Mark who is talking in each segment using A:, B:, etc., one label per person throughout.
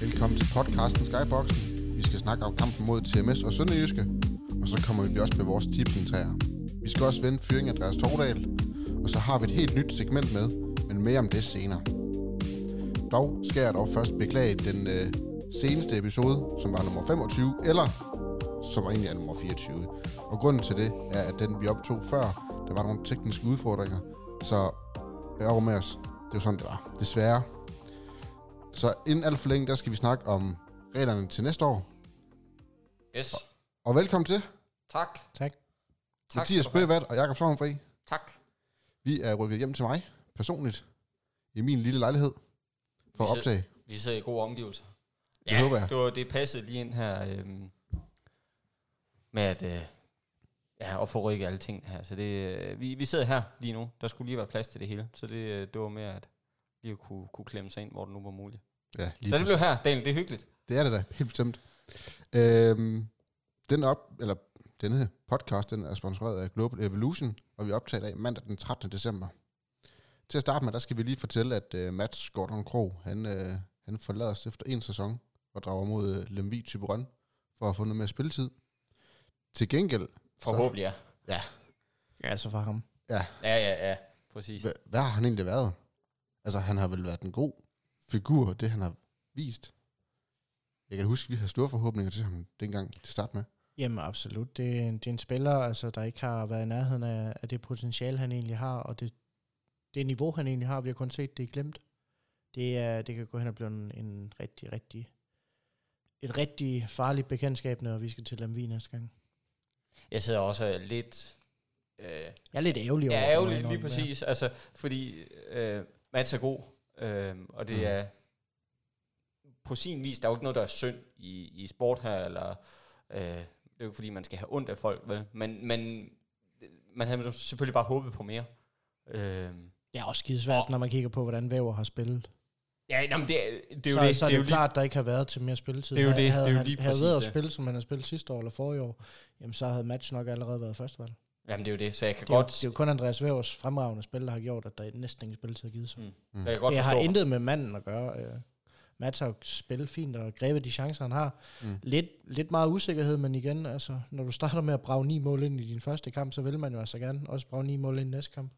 A: velkommen til podcasten Skyboxen. Vi skal snakke om kampen mod TMS og Sønderjyske, og så kommer vi også med vores tipsentræer. Vi skal også vende fyringen af Andreas Tordal, og så har vi et helt nyt segment med, men mere om det senere. Dog skal jeg dog først beklage den øh, seneste episode, som var nummer 25, eller som egentlig er nummer 24. Og grunden til det er, at den vi optog før, der var nogle tekniske udfordringer, så vær over med os. Det var sådan, det var. Desværre. Så inden alt for længe, der skal vi snakke om reglerne til næste år.
B: Yes.
A: Og velkommen til
B: Tak.
C: Tak.
B: tak
A: Mathias
B: skal du have.
A: Bøvat og Jakob Sovnfri.
B: Tak.
A: Vi er rykket hjem til mig, personligt, i min lille lejlighed, for
B: Vi
A: at
B: sidder-
A: optage.
B: Vi sidder i gode omgivelser.
A: Det håber jeg.
B: Det, var, det passede lige ind her øhm, med at, øh, ja, at få rykket alle ting her. Så det, øh, vi, vi sidder her lige nu. Der skulle lige være plads til det hele. Så det, øh, det var mere at lige at kunne, kunne klemme sig ind, hvor det nu var muligt.
A: Ja, lige
B: så det
A: præcis.
B: blev her, Daniel. Det er hyggeligt.
A: Det er det da, helt bestemt. Øhm, den op, eller denne podcast, den er sponsoreret af Global Evolution, og vi optager i dag mandag den 13. december. Til at starte med, der skal vi lige fortælle, at øh, Mats Gordon Krog, han, øh, han forlader os efter en sæson og drager mod øh, Lemvig Typerøn for at få noget mere spilletid. Til gengæld,
B: Forhåbentlig, ja.
C: Ja, så for ham.
B: Ja, ja, ja. Præcis.
A: hvad, hvad har han egentlig været? Altså, han har vel været en god figur, det han har vist. Jeg kan huske, at vi havde store forhåbninger til ham dengang til start med.
C: Jamen absolut. Det, er en- det er en spiller, altså, der ikke har været i nærheden af, af det potentiale, han egentlig har, og det, det niveau, han egentlig har, vi har kun set det i glemt. Det, er, det kan gå hen og blive en, en rigtig, rigtig, et rigtig farligt bekendtskab, når vi skal til Lemvi næste gang.
B: Jeg sidder også lidt... Øh,
C: Jeg er lidt ærgerlig over
B: Ja,
C: det, må jeg
B: ærgerligt, lige
C: indrømme.
B: præcis. Altså, fordi øh, Mats er god, øh, og det
A: Mm.
B: mm. er på sin vis, der er jo ikke noget, der er synd i, i sport her, eller øh, det er jo ikke, fordi man skal have ondt af folk, vel? Men, men man havde jo selvfølgelig bare håbet på mere. Øh,
C: Det er også skidesvært, når man kigger på, hvordan Væver har spillet.
B: ja, jamen, det, er- det er jo
C: så,
B: det.
C: så er
B: det
C: det,
B: er jo
C: jo klart, der ikke har været til mere spilletid.
B: Det er jo det.
C: Havde
B: Det er jo
C: han-
B: lige
C: havde
B: præcis
C: været at
B: det.
C: spille, som han har spillet sidste år eller forrige år, jamen så havde match nok allerede været førstevalg.
B: Lige, jamen, det er jo det. Så jeg kan
C: Det er, jo,
B: godt,
C: det er jo kun Andreas Vævers fremragende spil, der har gjort, at der næsten ingen spilletid har givet sig.
B: Mm,
A: Mm.
B: jeg kan godt
C: Jeg har
B: forstå.
C: intet med manden at gøre. øh. Mats har jo spillet fint og grebet de chancer, han har.
A: Mm.
C: Mm. Lidt, lidt meget usikkerhed, men igen, altså, når du starter med at brage ni mål ind i din første kamp, så vil man jo altså gerne også brage ni mål ind i næste kamp.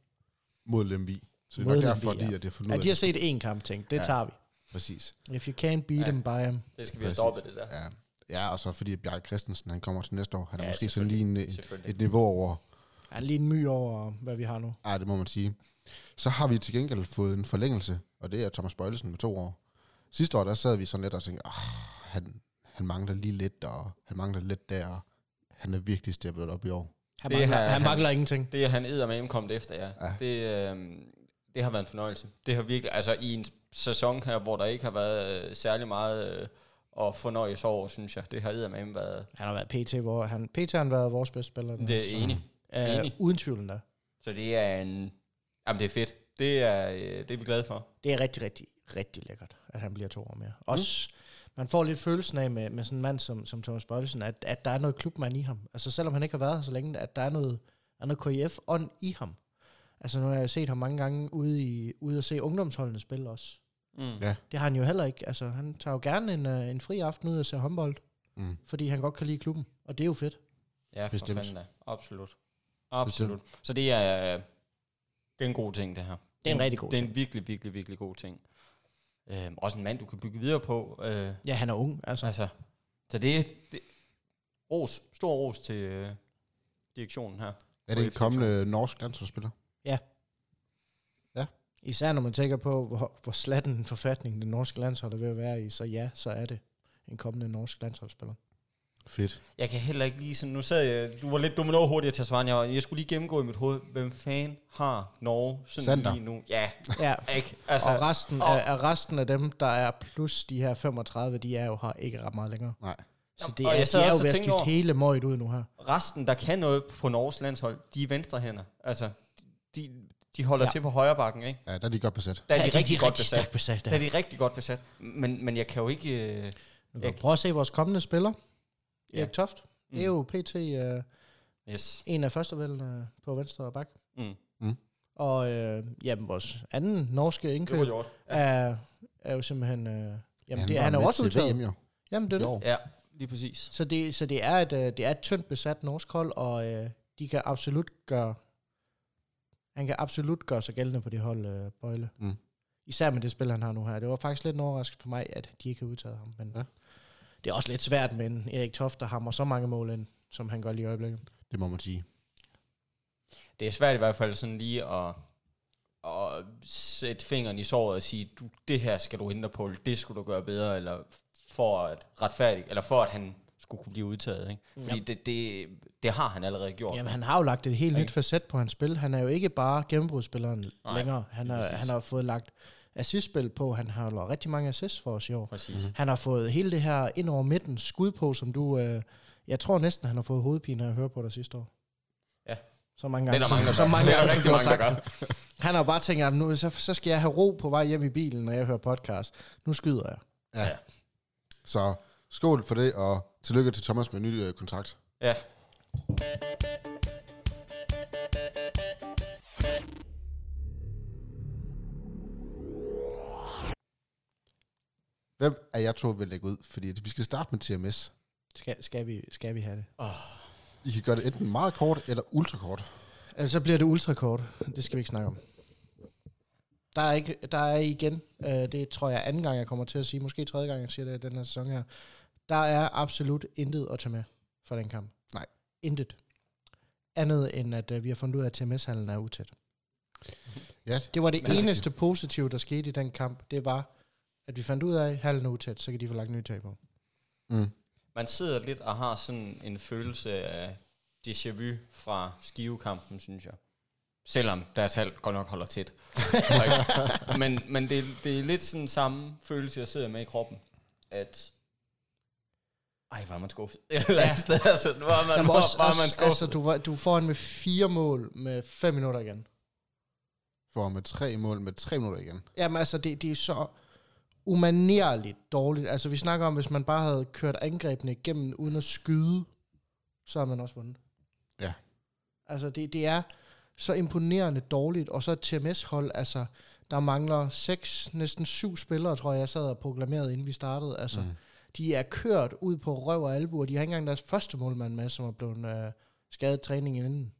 A: mod Lemvi. Så det er
C: Mod
A: nok
C: Lemvig,
A: derfor,
C: ja.
A: de, at det er fundet
C: Ja,
A: ud af
C: de har
A: det.
C: set én kamp, tænkt, det
A: Ja.
C: ja. tager vi.
A: Præcis.
C: If you can't beat
B: Ja.
C: them, buy them.
B: Det skal vi have
A: Præcis.
B: stoppet, det der.
A: Ja. ja, og så fordi Bjarke Christensen, han kommer til næste år. Han er
B: Ja,
A: ja, måske sådan lige en, et
B: Selvfølgelig.
A: et niveau over.
C: Er lige en my over, hvad vi har nu.
A: Ej, det må man sige. Så har vi til gengæld fået en forlængelse, og det er Thomas Bøjlesen med to år. Sidste år, der sad vi sådan lidt og tænkte, "Ah, han, han mangler lige lidt, og han mangler lidt der, og han er virkelig steppet op i år.
C: Han,
B: Det
C: mangler,
B: har-
C: han, han
B: han-
C: mangler ingenting.
B: Det er han eddermame kommet efter, ja.
A: Ja.
B: ja. Det, øh, det har været en fornøjelse. Det har virkelig, altså i en sæson her, hvor der ikke har været øh, særlig meget øh, at fornøje sig over, synes jeg. Det har eddermame været,
C: Han har været PT, hvor han, PT har han været vores bedste spiller. den
B: det
C: her sæson.
B: er enig.
C: Øh,
B: enig.
C: uden tvivl endda.
B: Så det er en, jamen det er fedt. Det er, øh, det er vi glade for.
C: Det er rigtig, rigtig, rigtig lækkert, at han bliver to år mere. Også, man får lidt følelsen af med, med sådan en mand som, som Thomas Bøjlesen, at, at der er noget klubmand i ham. Altså selvom han ikke har været her så længe, at der er noget, der er noget KIF-ånd i ham. Altså nu har jeg jo set ham mange gange ude, i, ude at se ungdomsholdene spille også.
B: Mm.
A: Ja.
C: Det har han jo heller ikke. Altså han tager jo gerne en, øh, en fri aften ud og se håndbold,
A: Mm.
C: fordi han godt kan lide klubben. Og det er jo fedt.
B: Ja, for
A: Bestemt.
B: fanden da. Absolut. Absolut. Så det er, øh, det er en god ting, det her.
C: Det er en rigtig god
B: Det er en
C: ting.
B: virkelig, virkelig, virkelig god ting. Øh, også en mand, du kan bygge videre på. Øh,
C: Ja, han er ung. Altså,
B: Altså, så det det, ros, stor ros til øh, direktionen her.
A: Er det en
B: KF
A: kommende norsk landsholdsspiller?
C: især når man tænker på, hvor, hvor slatten en forfatning den norske landshold er ved at være i, så ja, så er det en kommende norsk landsholdsspiller.
A: Fedt.
B: Jeg kan heller ikke lige sådan, nu sad jeg, du var lidt dum og hurtigt til at svare, jeg, jeg skulle lige gennemgå i mit hoved, hvem fan har Norge sådan
A: Sander.
B: lige nu? Ja,
C: Ja,
B: ikke? Altså,
C: og resten,
B: og-
C: af, af resten af dem, der er plus de her 35, de er jo her ikke ret meget længere.
A: Nej.
C: Så
B: Jamen,
C: det
B: og
C: er,
B: jeg sad
C: de er
B: også
C: jo
B: og
C: ved at
B: tænkte
C: skifte
B: over-
C: hele møget ud nu her.
B: resten, der kan noget på Norges landshold, de er venstrehænder. Altså, de, de holder ja.
C: Ja.
B: til på højre bakken, ikke?
A: Ja, der er de godt besat.
B: Der er,
C: Ja,
B: de, rigtig, godt
C: rigtig
B: besat.
C: stærkt besat
B: Der er
C: der.
B: de rigtig godt besat. Men, men jeg kan jo ikke... Øh,
C: Nu kan vi Prøv at se vores kommende spiller.
B: Ja.
C: Erik Toft. Det
B: Mm.
C: er jo pt. Øh,
B: yes.
C: en af førstevælgene på venstre bak.
B: Mm.
C: Og øh, jamen, vores anden norske
B: Det var
C: indkøb
B: gjort.
C: er, er jo simpelthen øh, Jamen, det, han er jo også udtaget.
A: Hjemme, jo.
C: Jamen, det er det.
A: Jo.
B: Ja, lige præcis.
C: Så det, så det er et, øh, det er et tyndt besat norsk hold, og øh, de kan absolut gøre, han kan absolut gøre sig gældende på det hold, øh, Bøjle.
A: Mm.
C: Især med det spil, han har nu her. Det var faktisk lidt en overraskelse for mig, at de ikke har udtaget ham. Men
A: Ja.
C: ja. det er også lidt svært med en Erik Toft, der hammer så mange mål ind, som han gør lige i øjeblikket.
A: Det må man sige.
B: Det er svært i hvert fald sådan lige at, at sætte fingeren i såret og sige, du, det her skal du ændre på, eller det skulle du gøre bedre, eller for at retfærdig, eller for at han skulle kunne blive udtaget. Ikke? Fordi det, det, det, har han allerede gjort.
C: Jamen, han har jo lagt et helt
B: Okay.
C: nyt facet på hans spil. Han er jo ikke bare gennembrudsspilleren
B: Nej,
C: længere. Han,
B: lige
C: er,
B: præcis.
C: han har fået lagt assistspil på. Han har lavet rigtig mange assists for os i år.
B: Præcis. Mm-hmm.
C: Han har fået hele det her ind over midten skud på, som du... Øh, jeg tror næsten, han har fået hovedpine af at høre på dig sidste år.
B: Ja.
C: Så mange
B: Det er
C: gange.
B: der mange, der
C: så,
B: gør.
C: så mange
B: Det er der
C: gange, som
B: rigtig
C: du har
B: mange, der
C: sagt det. Han har bare tænkt, at nu, så, så skal jeg have ro på vej hjem i bilen, når jeg hører podcast. Nu skyder jeg.
A: Ja.
B: Ja.
A: ja. Så skål for det, og tillykke til Thomas med en ny øh, kontrakt.
B: Ja.
A: Hvem af jer to vil lægge ud? Fordi vi skal starte med TMS.
C: Skal, skal, vi, skal vi have det?
A: I kan gøre det enten meget kort eller ultrakort.
C: Altså, så bliver det ultrakort. Det skal vi ikke snakke om. Der er, ikke, der er igen, øh, det tror jeg anden gang, jeg kommer til at sige, måske tredje gang, jeg siger det i den her sæson her, der er absolut intet at tage med for den kamp.
A: Nej.
C: Intet. Andet end, at øh, vi har fundet ud af, at TMS-hallen er utæt.
A: Ja,
C: Det var det
A: Ja.
C: eneste positive, der skete i den kamp, det var, at vi fandt ud af, at hallen er utæt, så kan de få lagt nye tag på.
A: Mm.
B: Man sidder lidt og har sådan en følelse af déjà vu fra skivekampen, synes jeg. Selvom deres halv godt nok holder tæt. Ikke? men men det, det er lidt sådan samme følelse, jeg sidder med i kroppen. At ej, var man skuffet. Eller ja. sted, altså, var man,
C: Jamen,
B: var,
C: også,
B: var man
C: også,
B: skuffet.
C: altså, du, var, du er foran med fire mål med fem minutter igen.
A: For med tre mål med tre minutter igen.
C: Jamen altså, det, det er så umanerligt dårligt. Altså, vi snakker om, hvis man bare havde kørt angrebene igennem uden at skyde, så havde man også vundet.
A: Ja.
C: Altså, det, det er så imponerende dårligt. Og så et TMS-hold, altså, der mangler seks, næsten syv spillere, tror jeg, jeg sad og proklamerede, inden vi startede. Altså, mm. de er kørt ud på røv og albu, og de har ikke engang deres første målmand med, som er blevet øh, skadet i træningen inden.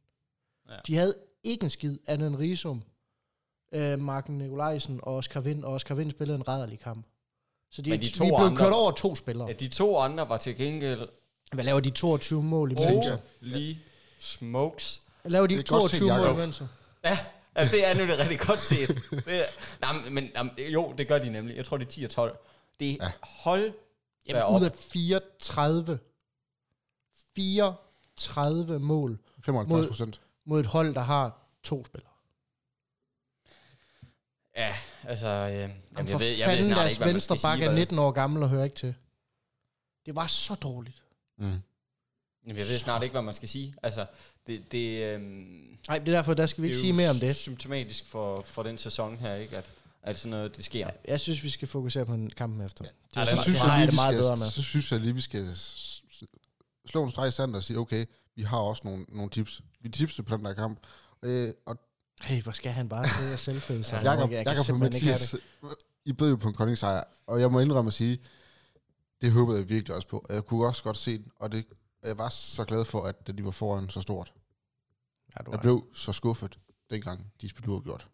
B: Ja.
C: Ja. De havde ikke en skid andet end Risum, øh, Marken Nikolajsen og Oscar Vind, og Oscar Vind spillede en rædderlig kamp. Så de,
B: Men de
C: de
B: to
C: vi blev
B: andre-
C: kørt over to spillere.
B: Ja, de to andre var til gengæld
C: Hvad laver de 22 mål i Mensa?
B: oh, lige smokes.
C: Hvad laver
A: Det
C: de
A: er godt set,
C: 22 mål
A: Jacob.
C: i Mensa?
B: Ja, altså, det er nemlig rigtig godt set. Det er, nej, men- men nej, men jo, det gør de nemlig. Jeg tror, det er 10 og 12. Det er ja. hold
C: Jamen,
B: derop.
C: ud af 34. 34 mål
A: 75
C: Mod-
A: procent.
C: mod et hold, der har to spillere.
B: Ja, altså... Øh, jamen,
C: Jamen, for jeg fanden
B: snart
C: deres
B: hvad man
C: venstre
B: skal
C: bakke er
B: hvad-
C: 19 år gammel og hører ikke til. Det var så dårligt.
A: Mm.
B: Jamen, jeg ved snart ikke, hvad man skal sige. Altså, det, det, øh, vi
C: Nej, det er derfor, der skal vi ikke sige mere om det.
B: symptomatisk for, for den sæson her, ikke? At, at sådan noget, det sker. Ja.
C: Jeg synes, vi skal fokusere på den kampen efter.
B: Ja,
C: Det, synes,
B: den-
A: Altså, Så synes,
C: har
A: jeg
C: jeg
A: lige,
C: det
A: vi
C: meget bedre
A: skal,
C: med.
A: så synes jeg lige, vi skal s- s- slå en streg i sandet og sige, okay, vi har også nogle, nogle tips. Vi tipser på den der kamp. Øh, og
C: Hey, hvor skal han bare sidde og selvfede sig?
A: Jakob,
C: Jeg kan
A: Jakob og
C: simpelthen ikke have det.
A: Mathias, øh, I bød jo på en koldingssejr, og jeg må indrømme at sige, det håbede jeg virkelig også på. Jeg kunne også godt se den, og det, jeg var så glad for, at de var foran så stort.
C: Ja, du
A: Jeg blev så skuffet, dengang de spillede uafgjort.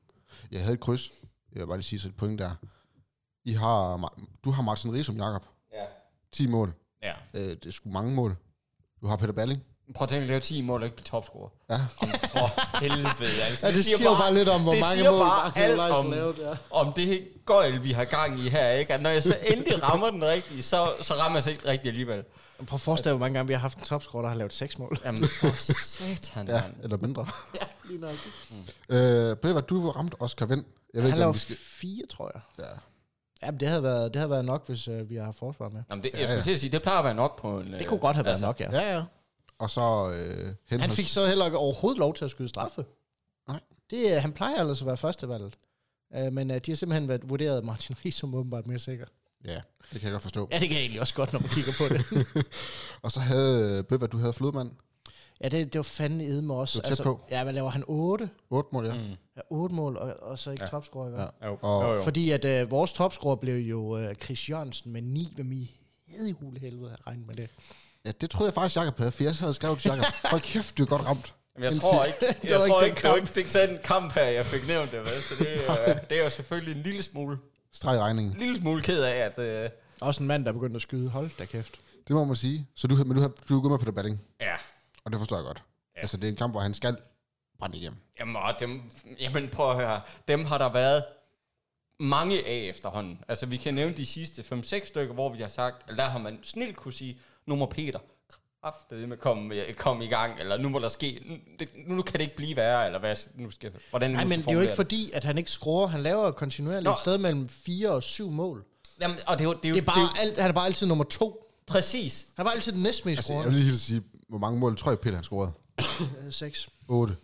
A: Jeg havde et kryds, jeg vil bare lige sige så et point der. I har, Ma- du har Martin Riesum, Jakob.
B: Ja.
A: 10 mål.
B: ja.
A: Øh, det er sgu mange mål. Du har Peter Balling.
B: Prøv at tænke at lave 10 mål og ikke blive topscorer.
A: Ja.
B: Jamen, For helvede, altså.
C: Ja, det siger jo bare lidt om, hvor
B: det
C: mange
B: siger
C: mål
B: bare
C: Martin
B: alt
C: Olajsen
B: om-
C: lavede. Ja.
B: om det gøjl, vi har gang i her, ikke? At når jeg så endelig rammer den rigtige, så, så rammer jeg sig ikke rigtigt alligevel.
C: Prøv at forestille dig, hvor mange gange vi har haft en topscorer, der har lavet seks mål.
B: Jamen, for satan,
A: Ja,
B: ja. mand.
A: eller mindre.
C: ja, lige nok.
A: Øh, Bøver, du ramte Oscar Vind. Jeg ved
C: Han
A: ikke, om
C: lavede
A: vi skal...
C: fire, tror jeg.
A: Ja.
C: Jamen, det havde været, det havde været nok, hvis øh, vi har haft forsvar med.
B: Jamen, det, jeg
A: Ja,
B: skulle
A: ja.
B: til at sige, det plejer at være nok på en... øh,
C: Det kunne godt have været nok, ja.
A: Ja, ja. Og så øh, hen
C: Han
A: hos-
C: fik så heller ikke overhovedet lov til at skyde straffe.
A: Nej.
C: Det, øh, han plejer ellers at være førstevalget. Øh, men øh, de har simpelthen været vurderet Martin Ries som åbenbart mere sikker.
A: Ja, det kan jeg godt forstå.
C: Ja, det kan jeg egentlig også godt, når man kigger på det.
A: Og så havde øh, Bøver, du havde Flodmand.
C: Ja, det, det var fandme edme også. Altså,
A: Du er tæt på.
C: Ja, men laver han 8?
A: 8 mål, ja.
B: Mm.
C: Ja, 8 mål, og, og så ikke
B: Ja.
C: ja. topscorer. Ja.
A: Ja.
B: Jo.
A: Og-
B: jo, jo.
C: Fordi at øh, vores topscorer blev jo øh, Chris Jørgensen med 9, hvem i hed i hule helvede havde regnet med det.
A: ja. det troede jeg faktisk, Jacob havde, for jeg sad og skrev til Jacob. Hold kæft, du er godt ramt.
B: Men jeg tror ikke,
C: Det
B: jeg
C: var
B: tror
C: ikke den
B: ikke, det var
C: kamp.
B: ikke sådan en kamp her, jeg fik nævnt det, vel? Så det, øh, det er jo selvfølgelig en lille smule,
A: Streg i regningen.
B: en lille smule ked af, at... Øh,
C: Også en mand, der begyndte at skyde. Hold da kæft.
A: Det må man sige. Så du, men du har, du er gået med på det batting,
B: ja,
A: og det forstår jeg godt. Ja. Altså, det er en kamp, hvor han skal brænde igennem.
B: jamen, og dem, jamen prøv at høre, dem har der været mange af efterhånden. Altså vi kan nævne de sidste 5-6 stykker, hvor vi har sagt, eller der har man snilt kunne sige, nu må Peter kraftedeme komme, øh, komme i gang, eller nu må der ske, nu- det, nu kan det ikke blive værre, eller hvad nu skal, hvordan vi
C: Nej,
B: skal
C: men det er jo
B: formulere
C: ikke fordi, at han ikke scorer. Han laver kontinuerligt
B: Nå.
C: et sted mellem 4 og 7 mål.
B: Jamen, og det er jo, det er jo,
C: Det er bare alt, han er bare altid number 2.
B: præcis,
C: Han var altid den næstmest
A: Altså, jeg
C: scorende.
A: vil lige helt sige, hvor mange mål tror jeg, Peter han scorede?
C: Øh, 6.
A: 8.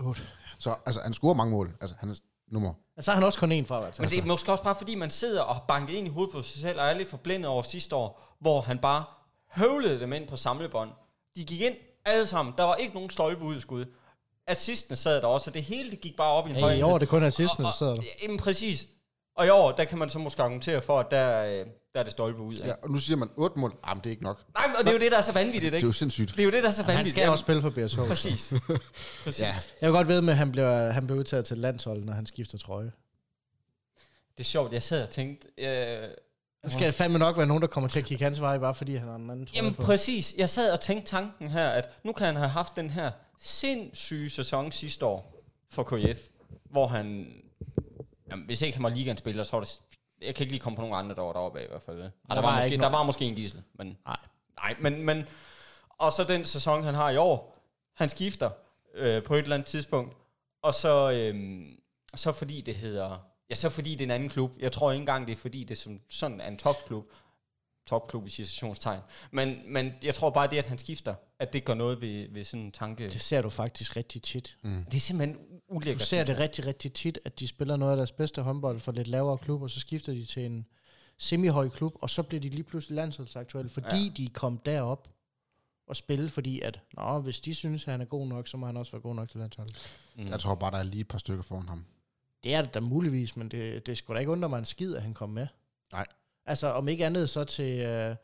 C: 8.
A: Så altså, han scorer mange mål. Altså, han er nummer.
C: Så er han også kun en fra hvert
B: Men det er måske også bare, fordi man sidder og har banket ind i hovedet på sig selv, og er lidt forblændet over sidste år, hvor han bare høvlede dem ind på samlebånd. De gik ind alle sammen. Der var ikke nogen stolpe udskud. Assistene sad der også, og det hele det gik bare op i en
C: Hey,
B: højde.
C: I år er det kun assisten, der
B: Og-
C: sidder der.
B: Ja, Jamen præcis. Og i år, der kan man så måske argumentere for, at der, øh, der er det stolpe ud af.
A: Ja,
B: Ja.
A: og nu siger man 8 mål. Jamen, det er ikke nok.
B: Nej, men- og det er jo det, der er så vanvittigt,
A: Det er
B: ikke?
A: jo sindssygt.
B: Det er jo det, der er så
C: Han
B: vanvittigt.
C: skal også spille for BSH.
B: Præcis. præcis. Ja.
C: Jeg vil godt ved med, at han bliver, han bliver udtaget til landsholdet, når han skifter trøje.
B: Det er sjovt, jeg sad og tænkte... Øh,
C: Der skal fandme nok være nogen, der kommer til at kigge hans vej, bare fordi han har en anden trøje
B: Jamen
C: på.
B: præcis. Jeg sad og tænkte tanken her, at nu kan han have haft den her sindssyge sæson sidste år for KF, hvor han... Jamen, hvis ikke han var liganspiller, så var det... Jeg kan ikke lige komme på nogen andre, der var deroppe af i hvert fald. vel? Ej, der, var
C: var
B: måske,
C: ikke
B: der
C: nogen.
B: var måske en gissel, men...
C: Nej.
B: Nej, men, men... Og så den sæson, han har i år. Han skifter øh, på et eller andet tidspunkt. Og så, øh, så fordi det hedder... Ja, så fordi det er en anden klub. Jeg tror ikke engang, det er fordi, det er som sådan er en topklub. Topklub i situationstegn. Men, men jeg tror bare, det at han skifter, at det gør noget ved, ved sådan en tanke.
C: Det
B: Det,
C: ser du faktisk rigtig tit.
B: det er simpelthen
C: Du
B: ulækkert.
C: ser det rigtig, rigtig tit, at de spiller noget af deres bedste håndbold for lidt lavere klub, og så skifter de til en semihøj klub, og så bliver de lige pludselig landsholdsaktuelle, fordi ja. de kom derop og spille, fordi at, nå, hvis de synes, at han er god nok, så må han også være god nok til landsholdet.
B: Mm.
A: Jeg tror bare, der er lige et par stykker foran ham.
C: Det er det da muligvis, men det, det skulle da ikke undre mig en skid, at han kom med.
A: Nej.
C: Altså, om ikke andet så til, øh,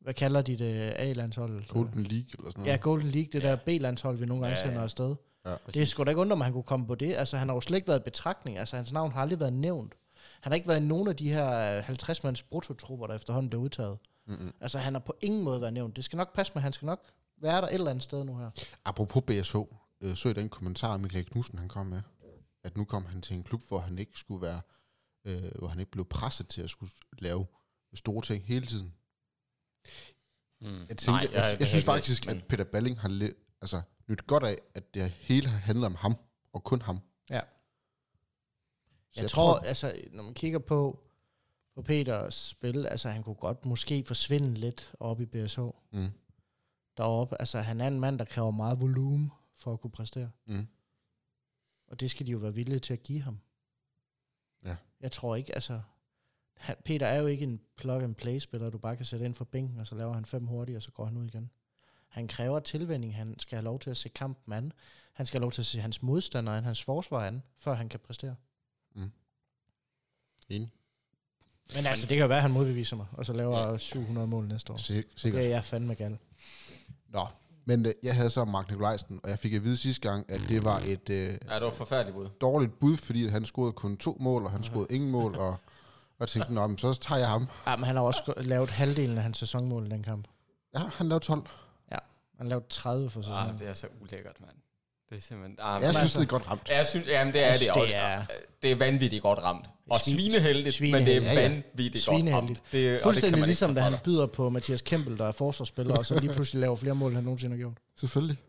C: hvad kalder de det, A-landsholdet?
A: Golden League eller sådan noget.
C: Ja, Golden League, det ja. der B-landshold, vi nogle gange
B: Ja,
C: ja,
B: ja.
C: sender afsted.
A: Ja.
C: Det skulle da ikke undre mig, at han kunne komme på det. Altså, han har jo slet ikke været i betragtning. Altså, hans navn har aldrig været nævnt. Han har ikke været i nogen af de her 50-mands bruttotrupper, der efterhånden blev udtaget.
A: Mm-mm.
C: Altså, han har på ingen måde været nævnt. Det skal nok passe med, han skal nok være der et eller andet sted nu her.
A: Apropos BSH, øh, så i den kommentar, Michael Knudsen han kom med, at nu kom han til en klub, hvor han ikke skulle være, øh, hvor han ikke blev presset til at skulle lave store ting hele tiden.
B: Mm.
A: Jeg, tænker, Nej, jeg, jeg, jeg synes faktisk, at Peter Balling har le, altså, nyt godt af, at det hele har handlet om ham, og kun ham.
C: Ja.
A: Så
C: Jeg, jeg tror, tror, altså, når man kigger på, på Peters spil, altså, han kunne godt måske forsvinde lidt op i BSH
A: Mm,
C: deroppe. Altså, han er en mand, der kræver meget volumen for at kunne præstere.
A: mm.
C: Og det skal de jo være villige til at give ham.
A: Ja.
C: Jeg tror ikke, altså... Han, Peter er jo ikke en plug-and-play-spiller, du bare kan sætte ind for bænken, og så laver han fem hurtigt, og så går han ud igen. Han kræver tilvænding. Han skal have lov til at se kampen an. Han skal have lov til at se hans modstander an, hans forsvar an, før han kan præstere.
A: Mm. Enig.
C: Men altså, det kan jo være, at han modbeviser mig, og så laver ja. 700 mål næste år.
A: Sik- sikkert.
C: Det er jeg fandme gal.
A: Nå. Men øh, jeg havde så Mark Nikolajsen, og jeg fik at vide sidste gang, at det var et øh,
B: Ja, det var forfærdeligt bud.
A: dårligt bud, fordi at han scorede kun to mål, og han scorede ingen mål, og, og jeg tænkte, nå, men så tager jeg ham.
C: Ja, Ah, men han har også go- lavet halvdelen af hans sæsonmål i den kamp.
A: Ja, han lavede 12.
C: Han lavede 30 for sæsonen.
B: Ah, det er så ulækkert, mand. Det er simpelthen... Ah,
A: Jeg
B: men-
A: synes,
C: altså-
A: det er godt ramt.
B: Ja, Jeg synes, jamen, det er
C: Jeg synes,
B: det. Og, øh,
C: det er-
B: det er vanvittigt godt ramt. Og
C: Svin-
B: svineheldigt, men det
C: svineheldigt.
B: er
C: Ja,
A: ja.
B: vanvittigt godt
C: Svineheldigt.
B: ramt. Det, og det kan
C: Fuldstændig
B: man
C: det ligesom,
B: ikke
C: da
B: tage
C: han
B: fra
C: byder på Mathias Kempel, der er forsvarsspiller, og så lige pludselig laver flere mål, end han nogensinde har gjort.
A: Selvfølgelig.
C: Altså,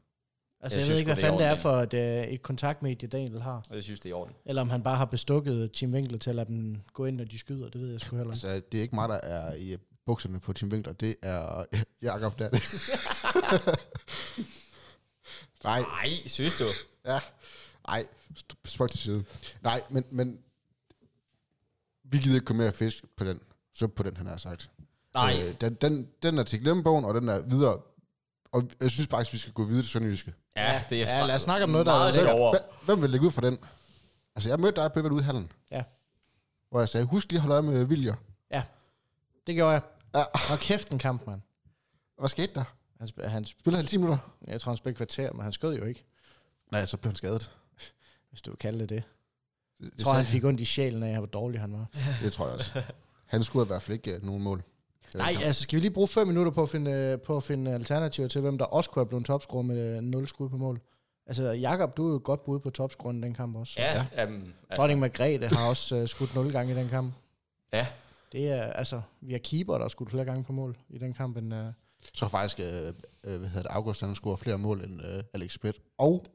B: Jeg
C: jeg, jeg
B: synes
C: ved ikke,
B: sgu,
C: hvad
B: det er
C: fanden det er for et, øh, et kontaktmedie, Daniel har.
B: dig. Og jeg synes, det er i orden.
C: Eller om han bare har bestukket Tim Winkler til at lade dem gå ind, når de skyder. Det ved jeg sgu heller ikke.
A: Altså, det er ikke mig, der er i øh, bukserne på Tim Winkler. Det er Jakob der. er det. Nej,
B: Nej, synes du?
A: ja. Nej, spøj til side. Nej, men, men vi gider ikke komme mere fisk på den. Så på Øh, den, han har sagt.
B: Nej.
A: Øh, den, den, den er til glemmebogen, og den er videre Og jeg synes faktisk, vi skal gå videre til Sønderjyske.
B: Ja, det er
C: ja, lad os snakke om noget, der
B: meget
C: er lidt-
B: sjovere.
A: Hva- Hvem vil lægge ud for den? Altså, jeg mødte dig, Bøvald, ude i hallen.
C: Ja.
A: Hvor jeg sagde, husk lige at holde øje med Viljer.
C: Det gjorde jeg.
A: Ja.
C: Og kæft en kamp, mand.
A: Hvad skete der?
C: Han, sp- han, sp-
A: Spillede han 10 minutter?
C: jeg tror, han spillede kvarter, men han skød jo ikke,
A: Nej, så blev han skadet.
C: hvis du vil kalde det det.
A: Det,
C: Jeg tror,
A: sagde
C: han fik ondt i sjælen af, hvor dårlig han var.
A: Det tror jeg også. Han skulle i hvert fald ikke øh, nogen mål. Det
C: Nej, altså skal vi lige bruge fem minutter på at finde, øh, på at finde alternativer til, hvem der også kunne have blevet topscorer med øh, nul skud på mål? Altså, Jakob, du er jo et godt bud på topscoren i den kamp også.
B: Ja,
C: mm,
B: jamen, altså,
C: Dronning Margrethe har også øh, skudt nul gange i den kamp.
B: Ja.
C: Det er, altså, vi har keeper, der har skudt flere gange på mål i den kamp, end øh,
A: Jeg tror faktisk, øh, øh, hvad hedder det, August han scorer flere mål end øh, Alex Split og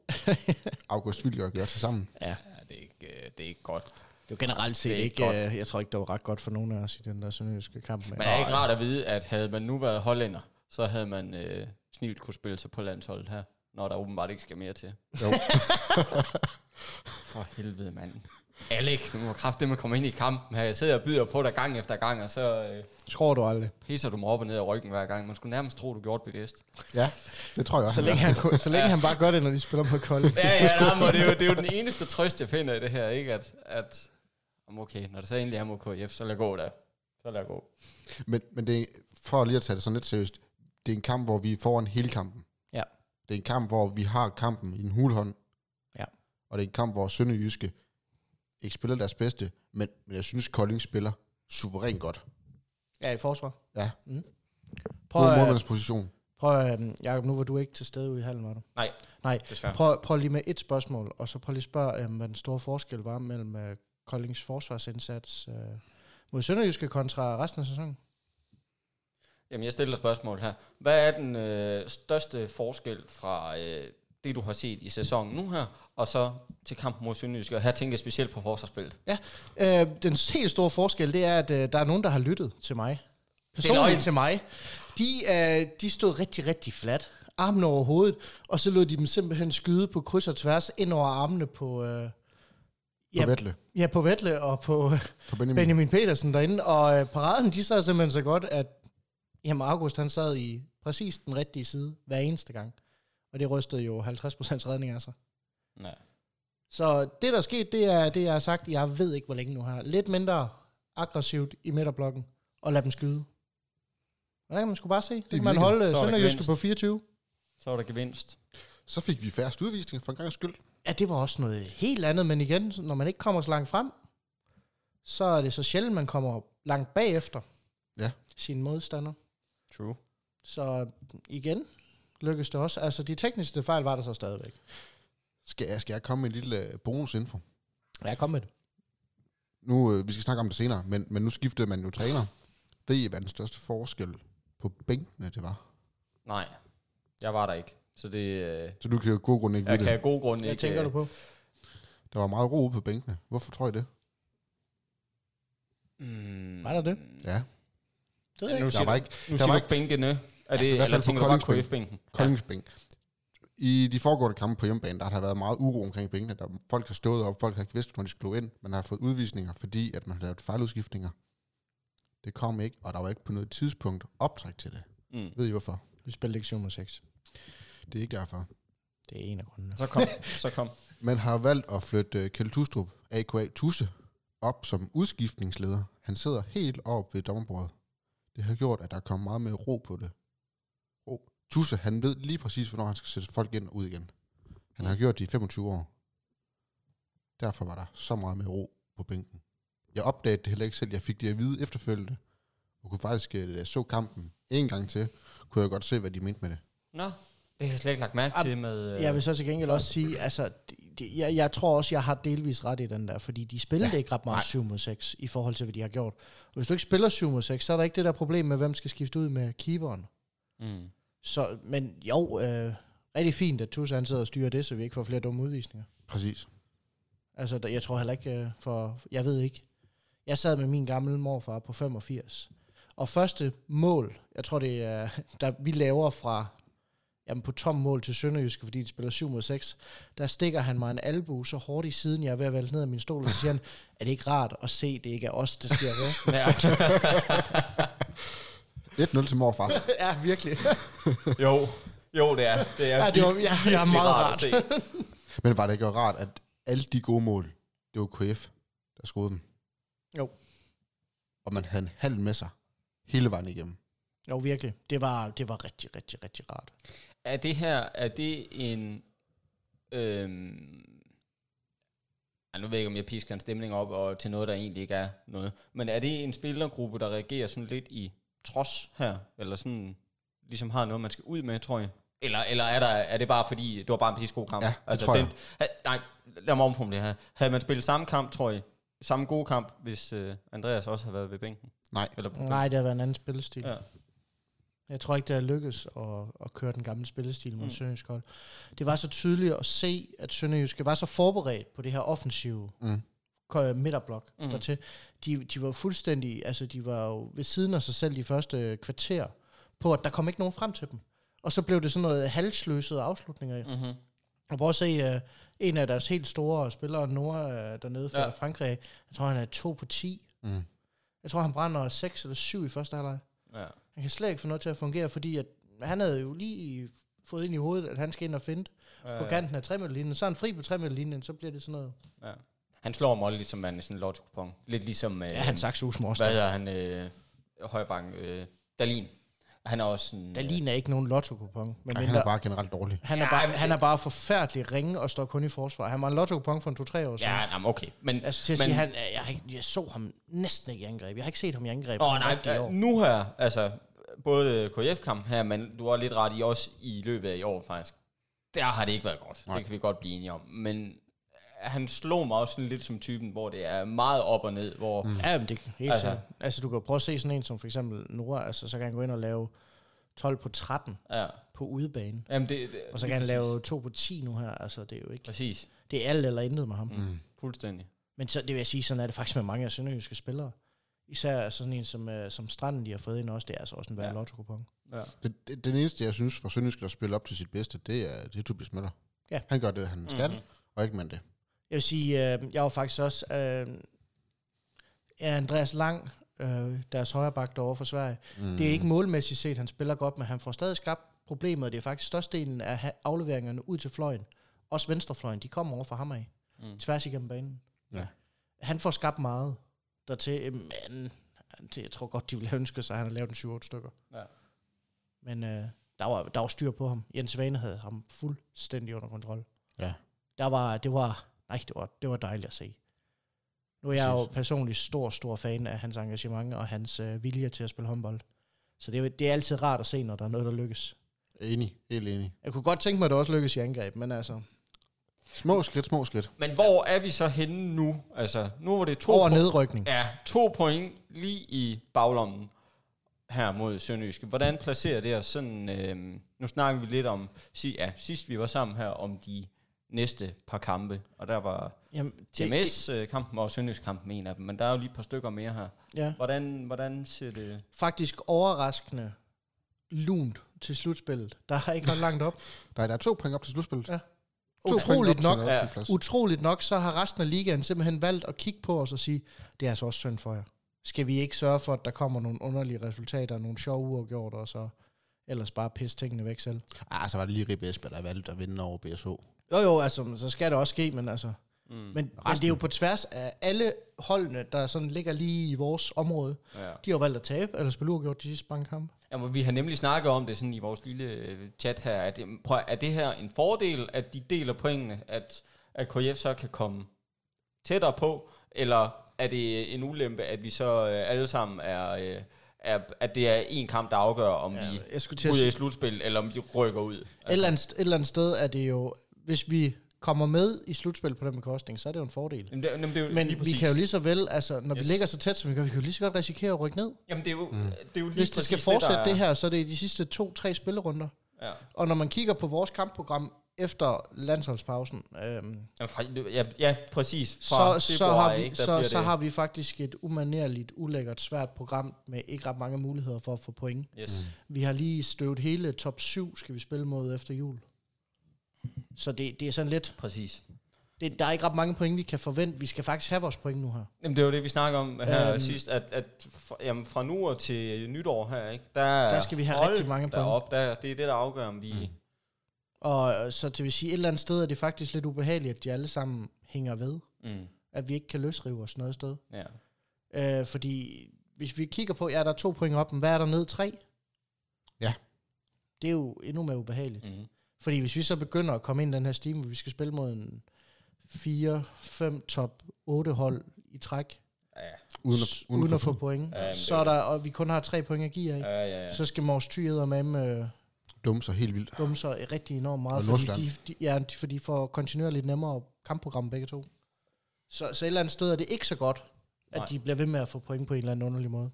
A: August Viljer gør til sammen.
B: ja, det, er ikke, øh, det er ikke godt.
C: Det var generelt set
B: Det er
C: ikke,
B: ikke
C: ikke øh, jeg tror ikke, det var ret godt for nogen af os i den der sønderjyske kamp. Med.
B: Men det er ikke rart at vide, at havde man nu været hollænder, så havde man øh, snilt kunne spille sig på landsholdet her, når der åbenbart ikke skal mere til.
A: Jo.
B: For helvede, mand. Alec, nu må kraftedeme komme ind i kampen her. Jeg sidder og byder på dig gang efter gang, og så øh,
C: Skår du aldrig.
B: pisser du mig op og ned af ryggen hver gang. Man skulle nærmest tro, du gjorde det bevidst.
A: Ja, det tror jeg også.
C: Så længe, han, kun- så længe han bare gør det, når de spiller på kolde.
B: Ja, ja, nej, men det, er jo, det er jo den eneste trøst, jeg finder i det her, ikke? At, at om okay, når det så egentlig er mod KF, så lad gå da. Så lad gå.
A: Men, men det er, for lige at tage det sådan lidt seriøst, det er en kamp, hvor vi er foran hele kampen.
C: Ja.
A: Det er en kamp, hvor vi har kampen i en hulhånd.
C: Ja.
A: Og det er en kamp, hvor Sønderjyske ikke spiller deres bedste, men, men jeg synes, Kolding spiller suverænt godt.
C: Ja, i forsvar.
A: Ja.
C: Mm. Prøv,
A: På
C: øh,
A: målmandens position.
C: prøv øh, Jacob, nu var du ikke til stede ude i hallen, var du?
B: Desværre.
C: Prøv, prøv lige med et spørgsmål, og så prøv lige at spørge, øh, hvad den store forskel var mellem øh, Koldings forsvarsindsats øh, mod Sønderjyske kontra resten af sæsonen.
B: Jamen, jeg stiller et spørgsmål her. Hvad er den øh, største forskel fra øh, det, du har set i sæsonen nu her, og så til kampen mod Sønderjysk? Og her tænker jeg specielt på forsvarsspillet.
C: Øh, den helt store forskel, det er, at øh, der er nogen, der har lyttet til mig.
B: løgn.
C: Personligt til mig. De, øh, de stod rigtig, rigtig fladt. Armen over hovedet. Og så lod de dem simpelthen skyde på kryds og tværs ind over armene på... Øh,
A: På
C: ja,
A: Vettle.
C: ja, på Vettle og på øh,
A: På Benjamin. Benjamin.
C: Benjamin Petersen derinde. Og øh, paraden, de sad simpelthen så godt, at jamen, August han sad i præcis den rigtige side hver eneste gang. Og det rystede jo 50% redning af sig.
B: Nej.
C: Så det, der er sket, det er det, jeg har sagt, jeg ved ikke, hvor længe nu her. Lidt mindre aggressivt i midterblokken, og lad dem skyde. Og der kan man sgu bare se. Det kan man
A: virkelig.
C: holde
B: Så er der
C: Sønderjyske
B: gevinst.
C: på 24.
B: Så er der gevinst.
A: Så fik vi færrest udvisning for en gang skyld.
C: Ja, det var også noget helt andet, men igen, når man ikke kommer så langt frem, så er det så sjældent, man kommer langt bagefter
A: Ja.
C: sine modstandere.
B: True.
C: Så igen lykkedes det også. Altså, de tekniske fejl var der så stadigvæk.
A: Skal jeg, skal jeg komme med en lille øh, bonusinfo?
C: Ja, kom med det.
A: nu, øh, vi skal snakke om det senere, men, men nu skiftede man jo træner. Det er hvad den største forskel på bænkene, det var.
B: Nej, jeg var der ikke. Så det øh,
A: Så du kan jo af gode grunde ikke
B: jeg
A: vide
B: kan
A: det.
B: af gode grunde
C: Hvad
B: ikke...
C: tænker
B: øh,
C: du på?
A: Der var meget ro ude på bænkene. Hvorfor tror I det?
B: Mm,
C: Var der det?
A: Ja.
C: Det ved jeg
B: Nu
C: ikke.
A: Der
B: siger,
A: var
B: du,
A: ikke der var
B: nu siger du
A: ikke-
B: bænkene. Er
A: Altså, i
B: det,
A: hvert
B: altså,
A: fald
B: eller
A: på
B: tænker du bare
A: Koldingsbænk.
B: KF-bænken?
A: Koldingsbænk. I de foregående kampe på hjemmebane, der har der været meget uro omkring bænkene. Der, folk har stået op, folk har ikke vidst, hvornår de skulle ind. Man har fået udvisninger, fordi at man har lavet fejludskiftninger. Det kom ikke, og der var ikke på noget tidspunkt optræk til det.
B: Ja. Mm.
A: Ved I hvorfor?
C: Vi spillede ikke 7 mod 6.
A: Det er ikke derfor.
C: Det er en af grundene.
B: Så kom, Mm. så kom.
A: Man har valgt at flytte øh, Kjeld Tustrup, a.k.a. Tusse, op som udskiftningsleder. Han sidder helt op ved dommerbordet. Det har gjort, at der kommer meget mere ro på det. Ro. Tusse, han ved lige præcis, hvornår han skal sætte folk ind og ud igen. Han har gjort det i 25 år. Derfor var der så meget mere ro på bænken. Jeg opdagede det heller ikke selv. Jeg fik det at vide efterfølgende. Og kunne faktisk, øh, da jeg så kampen en gang til, kunne jeg godt se, hvad de mente med det.
B: Nå, det har jeg slet ikke lagt mærke
C: Ah,
B: til med... øh,
C: Jeg vil så til gengæld også sige, altså, de, jeg, jeg tror også, jeg har delvis ret i den der, fordi de spillede ja, ikke ret meget 7 mod 6 i forhold til, hvad de har gjort. Og hvis du ikke spiller 7 mod 6, så er der ikke det der problem med, hvem skal skifte ud med keeperen.
B: Mm.
C: Så, men jo, øh, rigtig fint, at Tusse han sidder og styrer det, så vi ikke får flere dumme udvisninger.
A: Præcis.
C: Altså, der, jeg tror heller ikke, øh, for jeg ved ikke. Jeg sad med min gamle morfar på 85. Og første mål, jeg tror det er, der vi laver fra jamen på tom mål til Sønderjyske, fordi de spiller 7 mod 6, der stikker han mig en albu så hårdt i siden, jeg er ved at vælte ned af min stol, og så siger han, er det ikke rart at se, det ikke er os, der sker det?
B: Mærke.
A: 1-0 til morfar.
C: ja, virkelig.
B: Jo, Jo, det er. Det er,
C: Ja, det var, ja, det er
B: virkelig
C: meget rart.
B: at se.
A: Men var det ikke også rart, at alle de gode mål, det var KF, der skød dem?
C: Jo.
A: Og man havde en halv med sig hele vejen igennem.
C: Jo, virkelig. Det var, det var rigtig, rigtig, rigtig rart.
B: Er det her, er det en... Øhm, ej, nu ved jeg ikke, om jeg pisker en stemning op og til noget, der egentlig ikke er noget. Men er det en spillergruppe, der reagerer sådan lidt i trods her? Eller sådan ligesom har noget, man skal ud med, tror jeg? Eller, eller er, der, er det bare fordi, det var bare en pissegod kamp? Altså,
A: Ja, det tror jeg.
B: ha, nej, lad mig omformulere her. Havde man spillet samme kamp, tror jeg, samme gode kamp, hvis øh, Andreas også havde været ved bænken?
A: Nej.
B: Eller på
C: Nej, det har været en anden spillestil.
B: Ja.
C: Jeg tror ikke, det har lykkes at, at køre den gamle spillestil mod
B: Mm.
C: mm. Sønderjysk hold. Det var så tydeligt at se, at Sønderjyske var så forberedt på det her offensive
A: Mm.
C: ko- midterblok
B: Mm.
C: mm. dertil. De, de var fuldstændig, altså de var jo ved siden af sig selv de første øh, kvarter på, at der kom ikke nogen frem til dem. Og så blev det sådan noget halsløsede afslutninger. Mm.
B: Mm-hmm.
C: Og hvor se uh, en af deres helt store spillere, Nora, uh, dernede fra
B: Ja.
C: ja. Frankrig, jeg tror han er 2 på 10.
A: Mm.
C: Jeg tror han brænder 6 eller 7 i første halvleg.
B: Ja.
C: Han kan slet ikke få noget til at fungere, fordi at han havde jo lige fået ind i hovedet, at han skal ind og finde
B: Øh,
C: på kanten af 3 linjen Så er han fri på 3 linjen så bliver det sådan noget.
B: Ja. Han slår Molly, som man sådan en lotto kupon. Lidt ligesom... Øh,
C: sagsus morster.
B: Hvad hedder han? Øh, Højbank. Øh, Dalin. Han er også øh, sådan...
C: Der ligner ikke nogen lotto-kupon. Men
A: Ej, han er bare generelt dårlig.
C: han, er
B: Ja,
C: bare,
B: men-
C: han er bare forfærdelig ringe og står kun i forsvar. Han var en lotto-kupon for en 2-3 år siden.
B: Ja, nej, men okay. Men,
C: Altså til at
B: men,
C: sige, han, jeg, har ikke- jeg så ham næsten ikke i angreb. Jeg har ikke set ham i angreb.
B: Åh,
C: i
B: nej,
C: rigtig
B: øh,
C: år.
B: nu her, altså, både KF-kamp her, men du har lidt ret i også i løbet af i år, faktisk. Der har det ikke været godt. Nej.
A: Nej.
B: Det kan vi godt blive enige om. Men øh, han slog mig også sådan lidt som typen, hvor det er meget op og ned, hvor... Mm.
C: Ja, men det er helt
B: Altså.
C: altså. altså, du kan jo prøve at se sådan en som for eksempel Nora. Altså, så kan han gå ind og lave 12 på 13
B: Ja,
C: på udebane.
B: jamen det, det,
C: Og så kan han lave 2 på 10 nu her. Altså, det er jo ikke...
B: Præcis.
C: Det er alt eller intet med ham. Mm.
B: Mm. Fuldstændig.
C: Men så, det vil jeg sige, sådan er det faktisk med mange af sønderjyske spillere. Især sådan en som, øh, som Stranden, de har fået ind også. Det er altså også en værre
B: Ja.
C: ja. lotto-kupon.
B: Ja.
A: Det, det, den eneste, jeg synes, for Sønderjysk, der spiller op til sit bedste, det er, det er Tobias Møller.
C: Ja.
A: Han gør det, han skal,
B: Mhm.
A: mm-hmm. og ikke man det.
C: Jeg vil sige, øh, jeg var faktisk også... Øh, ja, Andreas Lang, øh, deres højreback derovre fra Sverige.
A: Mm.
C: Mm. Det er ikke målmæssigt set, han spiller godt, men han får stadig skabt problemet. og Det er faktisk størstedelen af ha- afleveringerne ud til fløjen. Også venstrefløjen, de kommer over fra ham af.
B: Mm.
C: Tværs igennem banen.
A: Ja.
C: Han får skabt meget dertil, øh, men det- jeg tror godt, de ville have ønsket sig, at han havde lavet en 7-8 stykker.
B: Ja.
C: Men øh, der, var, der var styr på ham. Jens Vane havde ham fuldstændig under kontrol.
A: Ja.
C: Der var, det var, nej, det var, det var dejligt at se. Nu er jeg jo
A: Præcis.
C: personligt stor, stor fan af hans engagement og hans øh, vilje til at spille håndbold. Så det er, jo- det er altid rart at se, når der er noget, der lykkes.
A: Enig, helt enig.
C: Jeg kunne godt tænke mig, at det også lykkes i angreb, men altså,
A: Små skridt, små skridt.
B: Men hvor er vi så henne nu? Altså, nu var det to
C: over
B: point-
C: nedrykning.
B: Ja, to point lige i baglommen her mod Sønderjyske. Hvordan placerer det os sådan... Øh, nu snakker vi lidt om... si- Ja, sidst vi var sammen her om de næste par kampe, og der var
C: Jamen, det-
B: TMS-kampen øh, og Sønderjysk-kampen en af dem, men der er jo lige et par stykker mere her.
C: det- Ja.
B: Hvordan, hvordan ser det...
C: faktisk overraskende lunt til slutspillet. Der er ikke ret langt op.
A: Nej, der er to point op til slutspillet.
C: Ja.
A: To
C: Utroligt
A: point op
C: nok,
A: til en
B: Ja.
A: ottende plads.
C: utroligt nok, så har resten af ligaen simpelthen valgt at kigge på os og sige, det er altså også synd for jer. Skal vi ikke sørge for, at der kommer nogle underlige resultater, nogle sjove uafgjort, og så ellers bare pisse tingene væk selv?
A: Ah, så var det lige Ribe Esbjerg, der valgte at vinde over BSO.
C: Jo jo, altså, men så skal det også ske, men altså... Mm. Men, men det er jo på tværs af alle holdene, der sådan ligger lige i vores område.
B: Ja.
C: De har jo valgt at tabe, eller spille uafgjort de sidste mange kampe.
B: Jamen, vi har nemlig snakket om det sådan i vores lille øh, chat her, at jamen, prøv, at- er det her en fordel, at de deler pointene, at, at KF så kan komme tættere på, eller er det øh, en ulempe, at vi så øh, alle sammen er, øh, er, at det er en kamp, der afgør, om ja, vi
C: Jeg skulle til at
B: ryger i altså. slutspil, eller om vi rykker ud?
C: Et eller, andet, st- et eller andet sted er det jo, hvis vi kommer med i slutspil på den bekostning, så er det jo en fordel.
B: Jamen, det, jamen, det er jo
C: Men
B: lige
C: vi
B: præcis.
C: kan jo lige så vel, altså når yes.
B: Yes.
C: vi ligger så tæt, som vi gør, vi kan jo lige så godt risikere at rykke ned.
B: Jamen, det er jo, mm. det er jo lige
C: Hvis det
B: præcis
C: skal
B: der
C: fortsætte
B: er-
C: det, her, så er det i de sidste to-tre spillerunder.
B: Ja.
C: Og når man kigger på vores kampprogram efter landsholdspausen, øhm,
B: Jamen, fra- Ja, ja, præcis. Fra
C: så, så,
B: februar,
C: har vi,
B: ikke, der
C: så,
B: bliver
C: så
B: det-
C: har vi faktisk et umanerligt, ulækkert, svært program med ikke ret mange muligheder for at få point.
B: Yes.
C: Vi har Mm. lige støvet hele top 7, skal vi spille mod efter jul. Så det, det er sådan lidt...
B: Præcis.
C: det, der er ikke ret mange point, vi kan forvente. Vi skal faktisk have vores point nu her.
B: Jamen, det var det, vi snakkede om her øhm,
C: Øhm.
B: sidst, at, at fra, jamen, fra nu og til nytår her, ikke, der,
C: Der skal vi have rigtig mange
B: point. Derop, der, det er det, der afgør, om vi, mm.
C: Og øh, så det vil sige, et eller andet sted er det faktisk lidt ubehageligt, at de alle sammen hænger ved.
B: Mm.
C: At vi ikke kan løsrive os noget sted.
B: Ja.
C: Øh, fordi hvis vi kigger på, ja, der er to point op, men hvad er der ned? Tre?
A: Ja.
C: Det er jo endnu mere ubehageligt.
B: Mm.
C: Fordi hvis vi så begynder at komme ind i den her stime, hvor vi skal spille mod en 4-5 top 8 hold i træk,
B: Ja,
A: Uden
C: s-
A: at,
C: uden at få
A: få
C: point,
B: Ja, men
C: ja,
B: det
C: så
B: er
C: er
B: jo-
C: der, og vi kun har tre point at give af, ja.
B: ja, ja. ja.
C: så skal Mors Thy med med
A: dumme sig helt vildt.
C: bumser rigtig enormt meget,
A: Og
C: fordi
A: Nordsjælland.
C: de, de, ja, de, fordi de får kontinuerligt nemmere kampprogram begge to. Så, så et eller andet sted er det ikke så godt, at
B: Nej.
C: de bliver ved med at få point på en eller anden underlig måde.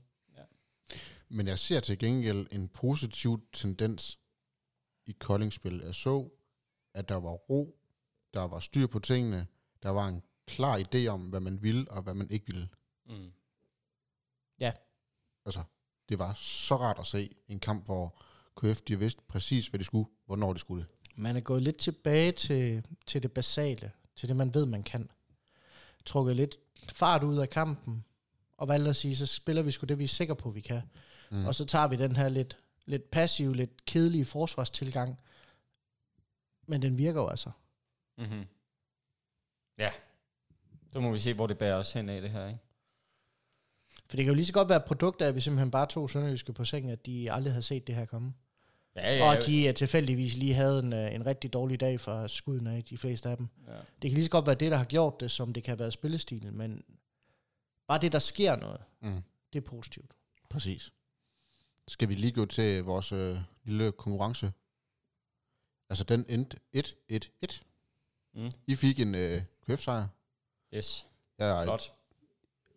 A: Men jeg ser til gengæld en positiv tendens i Koldingspil. Jeg så, at der var ro, der var styr på tingene, der var en klar idé om, hvad man ville og hvad man ikke ville.
B: Mm.
A: Altså, det var så rart at se en kamp, hvor KF de vidste præcis, hvad de skulle, hvornår de skulle det.
C: Man er gået lidt tilbage til, til det basale, til det man ved, man kan. Trukket lidt fart ud af kampen, og valgt at sige, så spiller vi sgu det, vi er sikre på, vi kan.
A: Mm.
C: Og så tager vi den her lidt, lidt passive, lidt kedelige forsvarstilgang. Men den virker jo altså.
B: Mm-hmm. Ja. Så må vi se, hvor det bærer os hen af det her, ikke?
C: For det kan jo lige så godt være et produkt af, at vi simpelthen bare tog Sønderjyske på sengen, at de aldrig havde set det her komme.
B: Ja,
C: Ja, og de øh, tilfældigvis lige havde en, øh, en rigtig dårlig dag for skuden af de fleste af dem.
B: ja.
C: Det kan lige så godt være det, der har gjort det, som det kan have været spillestilen, men bare det, der sker noget,
A: Mm.
C: det er positivt.
A: Præcis. Skal vi lige gå til vores øh, lille konkurrence? Altså, den endte 1-1-1.
B: Mm.
A: I fik en øh, KF-sejr.
B: Yes,
A: Jeg,
B: flot.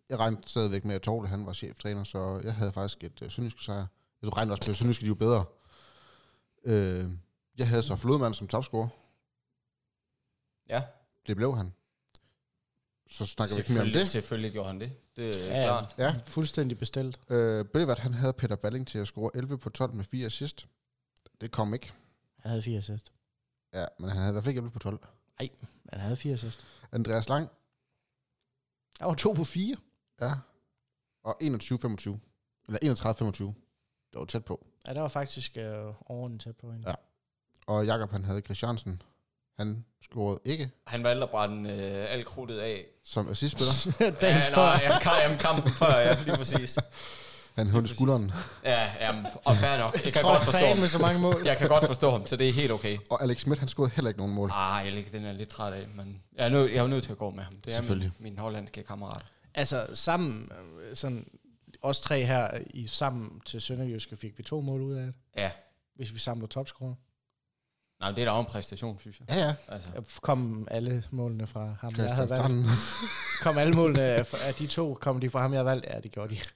A: jeg regnede stadigvæk med, at Torle, han var cheftræner, så jeg havde faktisk et øh, sønderjyske sejr. Jeg regnede også med, at sønderjyske de var bedre. Øh, jeg havde så Flodmand som topscorer.
B: Ja,
A: Det blev han. Så snakker vi ikke mere om
B: selvfølgelig,
A: det.
B: selvfølgelig gjorde han det. Det er
C: Ja,
B: ja, klart.
A: Ja.
C: Fuldstændig bestilt.
A: Øh, Bøvert, han havde Peter Balling til at score 11 på 12 med 4 assist. Det kom ikke.
C: Han havde fire assist.
A: Ja, men han havde i hvert fald ikke 11 på 12.
C: Han havde fire assist.
A: Andreas Lang,
C: Der var to på fire.
A: Ja. Og 21-25. Eller 31-25. Det var tæt på.
C: Ja, der var faktisk øh, overordnet tæt på en.
A: Ja. Og Jakob han havde Christiansen. Han scorede ikke
B: Han valgte at brænde øh, alt krudtet af.
A: som assistspiller.
C: Dagen
B: ja,
C: før.
B: nej, ja, kam- jamen, kampen før, ja, lige præcis.
A: Han høvde skulderen.
B: Ja, jamen, og fair nok. Jeg kan
C: Tror
B: godt forstå
C: fanden
B: ham.
C: med så mange mål.
B: Jeg kan godt forstå ham, så det er helt okay.
A: Og Alex Schmidt, han scorede heller ikke nogen mål.
B: Ah, jeg ligger den er lidt træt af, men jeg er, nød, jeg er jo nødt til at gå med ham. Det er min,
A: Selvfølgelig.
B: min hollandske kammerat.
C: Altså sammen, øh, sådan, os tre her i sammen til Sønderjyske fik vi to mål ud af det,
B: Ja,
C: hvis vi samler topscorer.
B: nej, men det er da også en præstation, synes jeg.
A: Ja, ja.
B: Altså,
C: Jeg kom alle målene fra ham, jeg
A: Christian
C: havde valgt.
A: Stranden.
C: Kom alle målene af- af de to, kom de fra ham, jeg valgte? Ja, det gjorde de.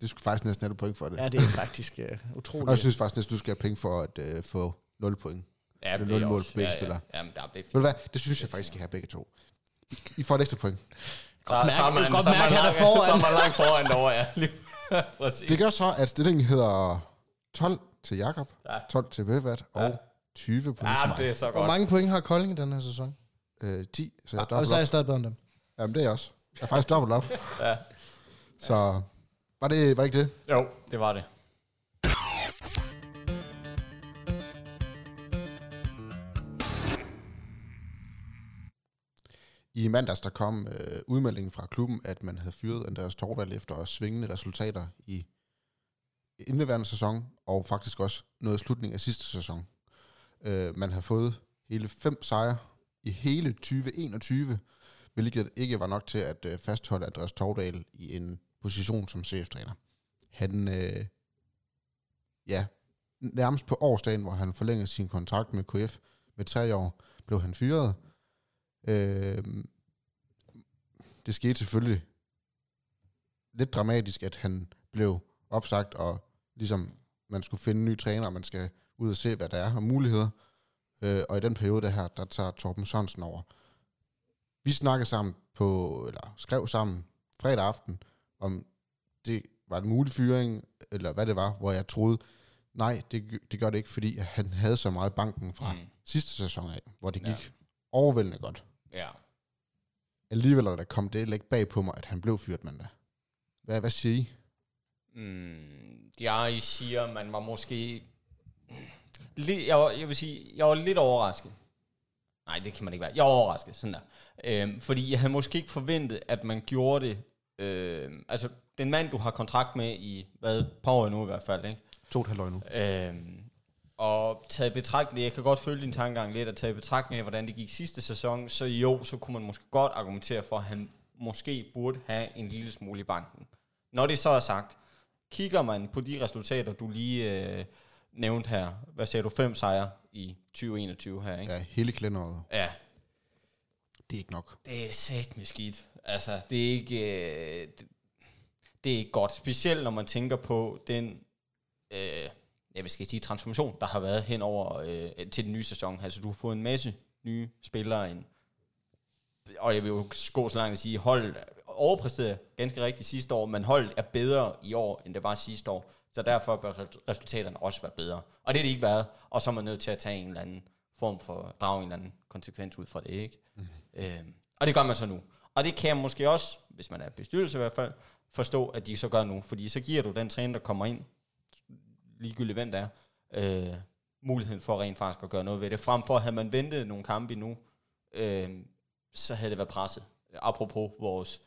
A: Det skulle faktisk næsten have et point for det.
C: Ja, det er faktisk uh, utroligt.
A: Og jeg synes faktisk næsten, du skal have penge for at øh, få 0 point.
B: ja,
A: det er
B: det
A: nul mål
B: også-
A: for begge
B: ja,
A: spillere.
B: Ja, jamen, der blev
A: Ved du
B: fint.
A: hvad? Det synes jeg faktisk, I skal have begge to. I får et ekstra point.
B: Så, så er
C: mærke-
B: man,
C: godt
B: så er man
C: mærke, han er
B: langt,
C: foran.
B: så er man langt foran derovre, ja. Lige- præcis.
A: Det gør så, at stillingen hedder 12 til Jakob,
B: Ja.
A: 12 til Bøvat og
B: Ja.
A: 20 point
B: Ja,
A: til
B: men det
A: mig.
B: er så
C: Hvor
B: godt.
C: mange point har Kolding i den her sæson?
A: Øh, 10, så jeg er
C: Og
A: dobbelt
C: Ah, så er
A: op.
C: jeg stadig bedre end dem.
A: Jamen, det er jeg også. Jeg er faktisk dobbelt op. ja. Så var det, var det ikke det?
B: Jo, det var det.
A: I mandags, der kom øh, udmeldingen fra klubben, at man havde fyret Andreas Torvald efter svingende resultater i indeværende sæson, og faktisk også noget af slutningen af sidste sæson. Øh, man har fået hele fem sejre i hele 2021, hvilket ikke var nok til at øh, fastholde Andreas Torvald i en position som CF-træner. Han, øh, ja, nærmest på årsdagen, hvor han forlængede sin kontrakt med KF med tre år, blev han fyret, Øh, det skete selvfølgelig lidt dramatisk, at han blev opsagt, og ligesom man skulle finde en ny træner, og man skal ud og se, hvad der er af muligheder. Øh, og i den periode der her, der tager Torben Sørensen over. Vi snakkede sammen på, eller skrev sammen fredag aften, om det var en mulig fyring, eller hvad det var, hvor jeg troede, nej, det, gø- det gør det ikke, fordi at han havde så meget banken fra mm.
B: Mm.
A: sidste sæson af, hvor det
B: Ja.
A: gik ja. overvældende godt
B: Ja.
A: alligevel er der kom det ikke bag på mig, at han blev fyret mandag. Hvad, hvad siger I?
B: Mm, de er, I siger, man var måske... Lidt, jeg, var, jeg vil sige, jeg var lidt overrasket. Nej, det kan man ikke være. Jeg var overrasket, sådan der. Øhm, fordi jeg havde måske ikke forventet, at man gjorde det... Øhm, altså, den mand, du har kontrakt med i, hvad, et par år nu i hvert fald, ikke?
A: To og et halvt øje nu.
B: Øhm, og taget i betragtning, jeg kan godt følge din tankegang lidt, at taget i betragtning af, hvordan det gik sidste sæson, så jo, så kunne man måske godt argumentere for, at han måske burde have en lille smule i banken. Når det så er sagt, kigger man på de resultater, du lige øh, nævnte her, hvad sagde du, fem sejre i 2021 her, ikke?
A: Ja, hele kalenderåret.
B: Ja. ja
A: Det er ikke nok.
B: det er satme skidt. Altså, det er ikke... Øh, det, det er ikke godt. Specielt når man tænker på den... Øh, jeg vil skal sige transformation, der har været hen over øh, til den nye sæson. Altså, du har fået en masse nye spillere ind. Og jeg vil jo gå så langt at sige, hold overpræsterede ganske rigtigt sidste år, men holdet er bedre i år, end det var sidste år. Så derfor bør res- resultaterne også være bedre. Og det er det ikke været. Og så er man nødt til at tage en eller anden form for, drage en eller anden konsekvens ud fra det, ikke? Øhm, og det gør man så nu. Og det kan jeg måske også, hvis man er bestyrelse i hvert fald, forstå, at de så gør nu. Fordi så giver du den træner, der kommer ind, ligegyldigt hvem der er, øh, muligheden for rent faktisk at gøre noget ved det. Frem for, havde man ventet nogle kampe endnu, øh, så havde det været presset. Apropos vores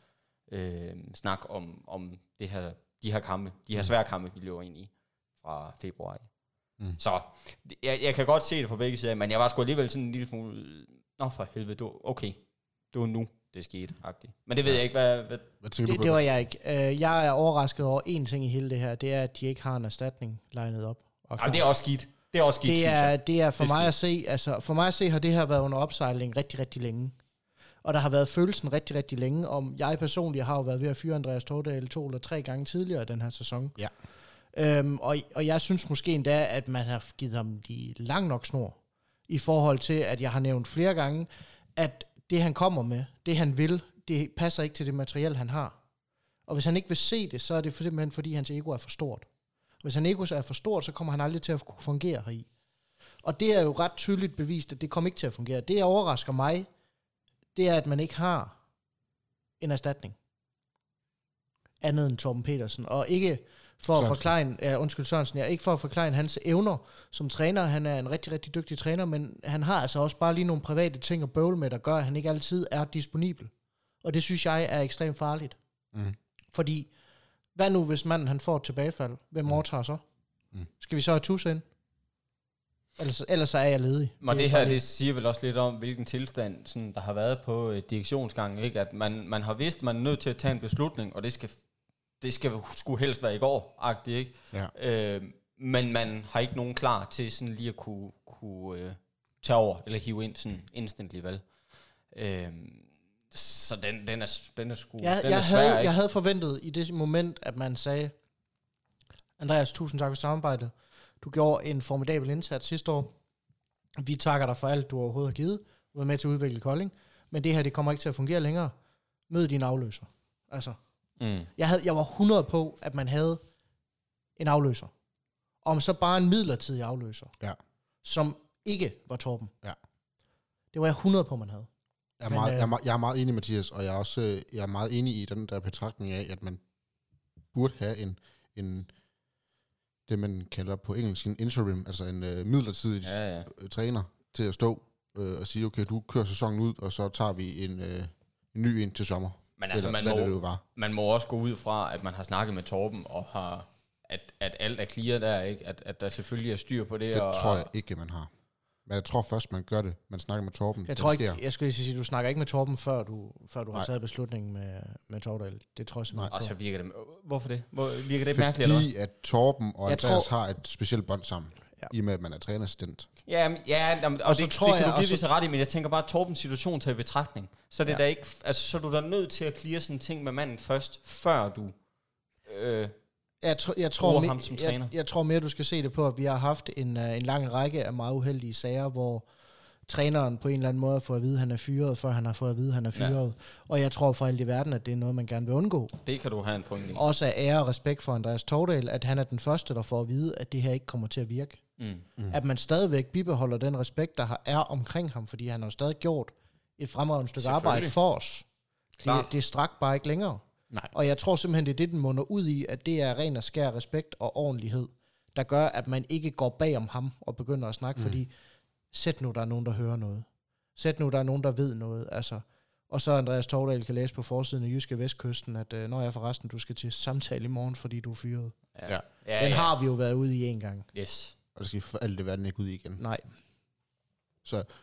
B: øh, snak om, om det her, de her kampe, de her svære kampe, vi løber ind i fra februar.
A: Mm.
B: Mm. Så jeg, jeg kan godt se det fra begge sider, men jeg var sgu alligevel sådan en lille smule, nå for helvede, det var, okay, det var nu, det skete, agtigt. Men det ved jeg ikke, hvad, hvad
A: Hvad tænker
C: Det,
A: du
C: det
A: på?
C: var jeg ikke. Øh, jeg er overrasket over en ting i hele det her, det er, at de ikke har en erstatning legnet op. Og
B: Jamen, det er også skidt. Det er også skidt,
C: det
B: synes jeg.
C: er, det er for
B: Det
C: mig at se, altså for mig at se har det her været under opsejling rigtig, rigtig længe. Og der har været følelsen rigtig, rigtig længe om, jeg personligt har jo været ved at fyre Andreas Tordal to eller tre gange tidligere i den her sæson.
A: Ja.
C: Øhm, og, og jeg synes måske endda, at man har givet ham de lang nok snor, i forhold til, at jeg har nævnt flere gange, at det han kommer med, det han vil, det passer ikke til det materiel, han har. Og hvis han ikke vil se det, så er det simpelthen fordi, hans ego er for stort. Hvis han ego så er for stort, så kommer han aldrig til at kunne fungere heri. Og det er jo ret tydeligt bevist, at det kommer ikke til at fungere. Det, der overrasker mig, det er, at man ikke har en erstatning. Andet end Torben Petersen. Og ikke for at
A: Sørensen.
C: forklare, ja, undskyld Sørensen, ja, ikke for at forklare hans evner som træner. Han er en rigtig, rigtig dygtig træner, men han har altså også bare lige nogle private ting at bøvle med, der gør, at han ikke altid er disponibel. Og det synes jeg er ekstremt farligt.
A: Mm.
C: Fordi, hvad nu hvis manden han får et tilbagefald? Hvem
A: Mm.
C: overtager så?
A: Mm.
C: Skal vi så have Tusse ind? Ellers, ellers så er jeg ledig.
B: Men
C: er
B: det her,
C: bare
B: det siger vel også lidt om, hvilken tilstand sådan, der har været på øh, direktionsgangen, ikke? At man, man har vidst, man er nødt til at tage en beslutning, og det skal, det skal skulle helst være i går, agtigt, ikke?
A: Ja.
B: Øh, men man har ikke nogen klar til sådan lige at kunne, kunne øh, tage over, eller hive ind sådan instantly, vel? Øh, så den, den er, den er sgu,
C: Jeg,
B: den er
C: jeg,
B: svær,
C: havde,
B: ikke?
C: jeg havde forventet i det moment, at man sagde, Andreas, tusind tak for samarbejdet. Du gjorde en formidabel indsats sidste år. Vi takker dig for alt, du overhovedet har givet. Du var med til at udvikle Kolding. Men det her, det kommer ikke til at fungere længere. Mød din afløser. Altså,
B: Mm.
C: jeg, havde, jeg var 100 på, at man havde en afløser. Om så bare en midlertidig afløser.
A: Ja.
C: Som ikke var Torben.
A: Ja.
C: Det var jeg 100 på, man havde.
A: Jeg er,
C: Men,
A: meget,
C: øh,
A: jeg, er, meget- jeg er meget enig, Mathias, og jeg er også øh, jeg er meget enig i den der betragtning af, at man burde have en, en det man kalder på engelsk en interim, altså en øh, midlertidig ja.
B: Ja, ja.
A: træner til at stå øh, og sige, okay, du kører sæsonen ud, og så tager vi en, øh, en ny ind til sommer.
B: Men altså,
A: Eller,
B: man
A: hvad
B: må,
A: det, det jo var.
B: man må også gå ud fra, at man har snakket med Torben, og har, at, at alt er clear der, ikke? At, at der selvfølgelig er styr på det.
A: Det
B: og,
A: tror jeg ikke, man har. Men jeg tror først, man gør det. Man snakker med Torben.
C: Jeg
A: det
C: tror
A: sker.
C: ikke, jeg skulle lige sige, du snakker ikke med Torben, før du, før du har
A: Nej.
C: taget beslutningen med, med Tordal. Det tror jeg simpelthen
B: Og så
C: ikke
B: virker det... Hvorfor det? Hvor, virker det
A: Fordi
B: mærkeligt, eller hvad?
A: at Torben og
C: Jeg
A: Andreas
C: tror-
A: har et specielt bånd sammen,
C: Ja.
A: ja. i og med, at man er trænassistent.
B: Ja, men- ja jamen, og,
C: Og
B: og
C: så
B: det, det,
C: tror
B: det kan du
C: jeg- og
B: givetvis
C: så-
B: have ret i, men jeg tænker bare, at Torbens situation tager i betragtning. Så er, det
C: Ja.
B: ja. der ikke, altså, så er du da nødt til at clear sådan en ting med manden først, før du... Øh,
C: på. Jeg, tr- jeg, tror,
B: bruger
C: me-
B: ham som
C: jeg,
B: træner.
C: jeg tror mere, du skal se det på, at vi har haft en, øh, en lang række af meget uheldige sager, hvor træneren på en eller anden måde har fået at vide, at han er fyret, før han har fået at vide, at han er
B: Ja.
C: fyret. Og jeg tror for alt i verden, at det er noget, man gerne vil undgå.
B: det kan du have en point i.
C: Også af ære og respekt for Andreas Tordal, at han er den første, der får at vide, at det her ikke kommer til at virke.
B: Mm.
C: mm. at man stadigvæk bibeholder den respekt, der har- er omkring ham, fordi han har jo stadig gjort et fremragende stykke
B: Selvfølgelig.
C: arbejde for os. Det,
B: Klart.
C: det strak bare ikke længere.
B: Nej.
C: Og jeg tror simpelthen, det er det, den munder ud i, at det er ren og skær respekt og ordentlighed. der gør, at man ikke går bag om ham og begynder at snakke,
A: Mm.
C: mm. fordi sæt nu, der er nogen, der hører noget. Sæt nu, der er nogen, der ved noget. Altså. Og så Andreas Tordal kan læse på forsiden af Jyske Vestkysten, at øh, når jeg forresten, du skal til samtale i morgen, fordi du er fyret.
A: Ja.
B: ja, ja.
C: Den har vi jo været ude i en gang.
B: Yes.
A: Og det skal for alt det verden ikke ud i igen.
C: Nej.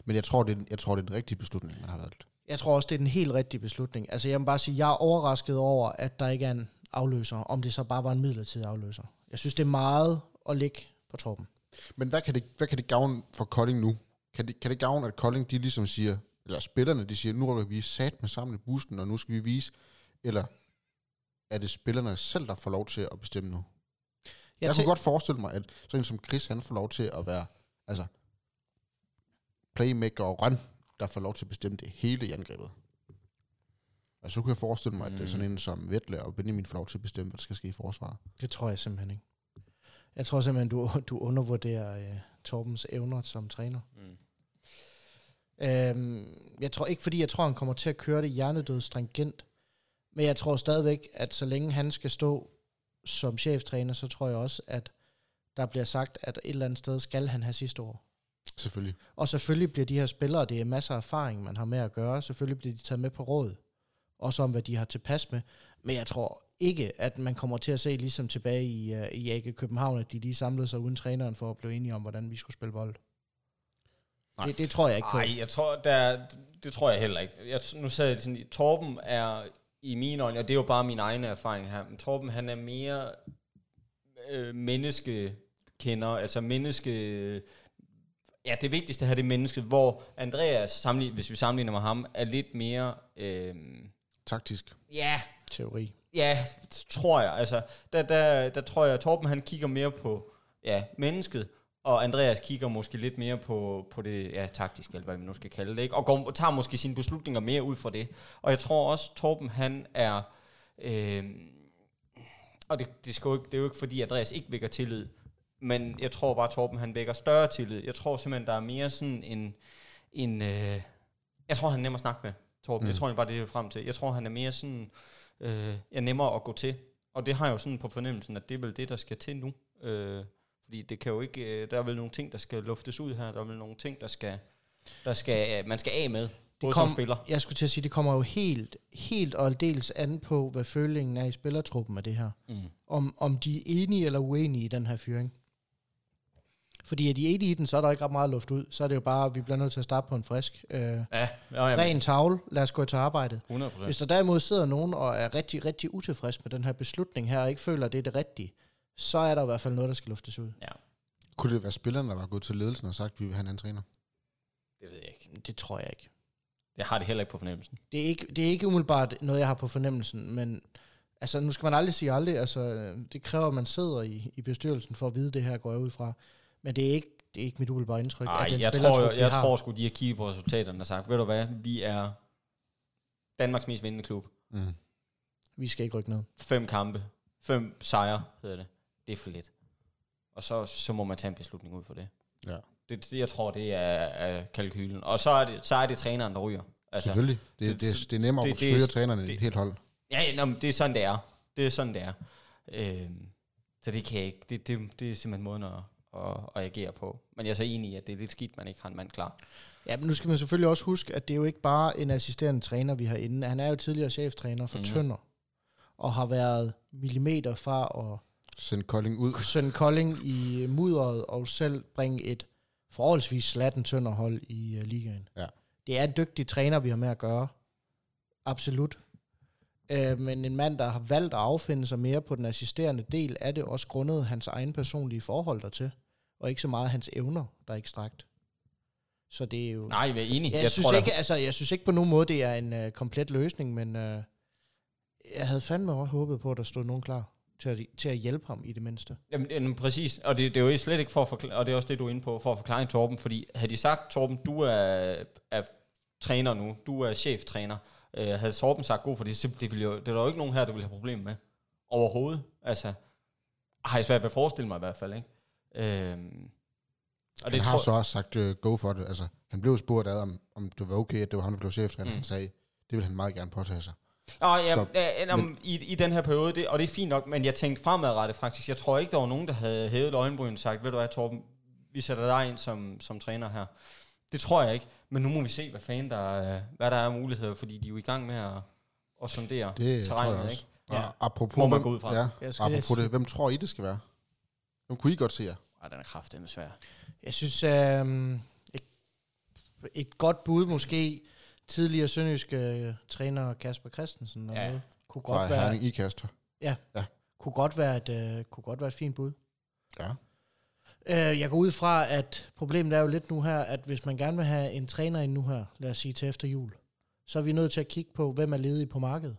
A: Men jeg tror, det er, den- jeg tror, det er den rigtige beslutning, man har valgt.
C: Jeg tror også, det er den helt rigtige beslutning. Altså, jeg må bare sige, jeg er overrasket over, at der ikke er en afløser, om det så bare var en midlertidig afløser. Jeg synes, det er meget at ligge på toppen.
A: Men hvad kan det, hvad kan det gavne for Kolding nu? Kan det, kan det gavne, at Kolding de ligesom siger, eller spillerne de siger, nu rykker vi sat med sammen i bussen, og nu skal vi vise, eller er det spillerne selv, der får lov til at bestemme nu? Jeg, jeg kunne
C: tæ-
A: godt forestille mig, at sådan en som Chris, han får lov til at være, altså, playmaker og run, der får lov til at bestemme det hele i angrebet. Og så kunne jeg forestille mig,
B: Mm.
A: at det er sådan en som Vettle og Benjamin får lov til at bestemme, hvad der skal ske i forsvaret.
C: Det tror jeg simpelthen ikke. Jeg tror simpelthen, du, du undervurderer øh, Torbens evner som træner.
B: Mm.
C: Øhm, jeg tror ikke, fordi jeg tror, han kommer til at køre det hjernedød stringent. Men jeg tror stadigvæk, at så længe han skal stå som cheftræner, så tror jeg også, at der bliver sagt, at et eller andet sted skal han have sidste ord.
A: Selvfølgelig.
C: Og selvfølgelig bliver de her spillere, det er masser af erfaring, man har med at gøre, selvfølgelig bliver de taget med på råd, også om hvad de har tilpas med. Men jeg tror ikke, at man kommer til at se ligesom tilbage i, øh, i AG København, at de lige samlede sig uden træneren for at blive enige om, hvordan vi skulle spille bold.
A: Nej.
C: Det, det tror jeg ikke på.
B: Nej, jeg tror, der, det tror jeg heller ikke. Jeg, nu sagde jeg det sådan, Torben er i mine øjne, og det er jo bare min egen erfaring her, men Torben han er mere øh, menneskekender, altså menneske... Ja, det vigtigste her, det er mennesket, hvor Andreas, sammenlig, hvis vi sammenligner med ham, er lidt mere... Øh,
A: Taktisk.
B: ja,
C: Teori.
B: Ja, t- tror jeg. Altså, der, der, der tror jeg, at Torben han kigger mere på ja, mennesket, og Andreas kigger måske lidt mere på, på det ja, taktiske, eller hvad man nu skal kalde det, ikke? og går, tager måske sine beslutninger mere ud fra det. Og jeg tror også, Torben han er... Øh, og det, det, skal jo ikke, det er jo ikke fordi, Andreas ikke vækker tillid, men jeg tror bare, Torben han vækker større tillid. Jeg tror simpelthen, der er mere sådan en... en øh, jeg tror, han er nemmere at snakke med, Torben. Mm. Jeg
A: Mm.
B: tror egentlig bare, det er frem til. Jeg tror, han er mere sådan øh, er nemmere at gå til. Og det har jeg jo sådan på fornemmelsen, at det er vel det, der skal til nu. Øh, fordi det kan jo ikke, øh, der er vel nogle ting, der skal luftes ud her, der er vel nogle ting, der skal, der skal øh, man skal af med, både
C: kom-
B: som spiller.
C: Jeg skulle til at sige, det kommer jo helt, helt og aldeles an på, hvad følingen er i spillertruppen med det her.
B: Mm.
C: om, om de er enige eller uenige i den her fyring. Fordi er de enige i den, så er der ikke ret meget luft ud. Så er det jo bare, at vi bliver nødt til at starte på en frisk, øh,
B: Ja, ja, ja,
C: ren tavle. Lad os gå til arbejdet.
B: 100
C: Ja.
B: procent.
C: Hvis der derimod sidder nogen og er rigtig, rigtig utilfreds med den her beslutning her, og ikke føler, at det er det rigtige, så er der i hvert fald noget, der skal luftes ud.
A: Kunne det være spillerne, der var gået til ledelsen og sagt, at vi vil have en anden træner?
B: Det ved jeg ikke.
C: Det tror jeg ikke.
B: Jeg har det heller ikke på fornemmelsen.
C: Det er ikke, det er ikke umiddelbart noget, jeg har på fornemmelsen, men altså, nu skal man aldrig sige aldrig. Altså, øh, det kræver, at man sidder i, i bestyrelsen for at vide det her, går jeg ud fra. Men det er ikke, det er ikke mit umiddelbare indtryk,
B: Ej,
C: at den
B: jeg tror,
C: spillertrup,
B: jeg,
C: vi
B: jeg
C: har-
B: tror sgu, de har kigget på resultaterne og sagt, ved du hvad, vi er Danmarks mest vindende klub.
A: Mm.
C: vi skal ikke rykke ned.
B: Fem kampe, fem sejre hedder det. Det er for lidt. Og så, så må man tage en beslutning ud for det.
A: Ja.
B: Det, det jeg tror, det er, er kalkylen. Og så er, det, så er det træneren, der ryger.
A: Altså,
B: Altså,
A: Selvfølgelig. Det,
B: det-
A: det, det, det er nemmere
B: det-
A: at
B: det-
A: følge trænerne i
B: det-
A: et helt hold.
B: ja, ja, nå, men det er sådan, det er. Det er sådan, det er. Øhm, så det kan jeg ikke. Det, det, det er simpelthen måden at, at, at agere på. Men jeg er så enig i, at det er lidt skidt, man ikke har en mand klar.
C: Ja, men nu skal man selvfølgelig også huske, at det er jo ikke bare en assisterende træner, vi har inde. Han er jo tidligere cheftræner for
B: Mhm.
C: mm. Tønder, og har været millimeter fra at
A: Send Kolding ud.
C: sende Kolding i øh, mudderet og selv bringe et forholdsvis slatten Tønderhold i uh, ligaen.
A: Ja.
C: Det er en dygtig træner, vi har med at gøre. Absolut. Uh, men en mand, der har valgt at affinde sig mere på den assisterende del, er det også grundet hans egen personlige forhold dertil, og ikke så meget hans evner, der er ekstrakt. Så det er jo...
B: Nej, jeg er enig.
C: Jeg, jeg, synes
B: tror, der-
C: ikke, altså, jeg synes ikke på nogen måde, det er en øh, komplet løsning, men øh, jeg havde fandme også håbet på, at der stod nogen klar til at, til at hjælpe ham i det mindste.
B: Jamen, jamen præcis, og det, det er jo slet ikke for at forklare, og det er også det, du er inde på, for at forklare en Torben, fordi havde de sagt, Torben, du er, er træner nu, du er cheftræner, øh, havde Torben sagt god for det, så det, ville jo, det er der jo ikke nogen her, der ville have problemer med, overhovedet, altså, har jeg svært ved at forestille mig i hvert fald, ikke? Øhm,
A: han
B: og det
A: har
B: tror,
A: så også sagt, uh, go for det. Altså, han blev spurgt ad, om, om det var okay, at det var ham, der blev cheftræner.
B: Mm.
A: Mm. Han sagde, det vil han meget gerne påtage sig.
B: Nå, ja,
A: Så-
B: ja, nå, men, i, i den her periode, det, og det er fint nok, men jeg tænkte fremadrettet faktisk. Jeg tror ikke, der var nogen, der havde hævet øjenbryn og sagt, ved du hvad, Torben, vi sætter dig ind som, som træner her. Det tror jeg ikke, men nu må vi se, hvad fanden der, øh, hvad der er af muligheder, fordi de er jo i gang med at, at sondere
A: Det tror jeg
B: terrænet.
A: også.
B: Ikke?
A: Og
C: Ja.
A: apropos,
B: Må man
A: hvem-
B: gå ud fra.
A: Ja,
C: Jeg, skal, jeg,
A: apropos det, hvem tror I, det skal være? Hvem kunne I godt se jer?
B: Ej, den er kraftedeme svær.
C: jeg synes, øh, et, et godt bud måske, tidligere sønderjyske øh, træner Kasper Christensen, og
B: Ja.
C: noget, kunne,
A: Fra
C: godt være,
A: Herning Ikaster.
C: kunne, godt være et, øh, kunne godt være et fint bud.
A: Ja.
C: Øh, jeg går ud fra, at problemet er jo lidt nu her, at hvis man gerne vil have en træner ind nu her, lad os sige til efter jul, så er vi nødt til at kigge på, hvem er ledig på markedet.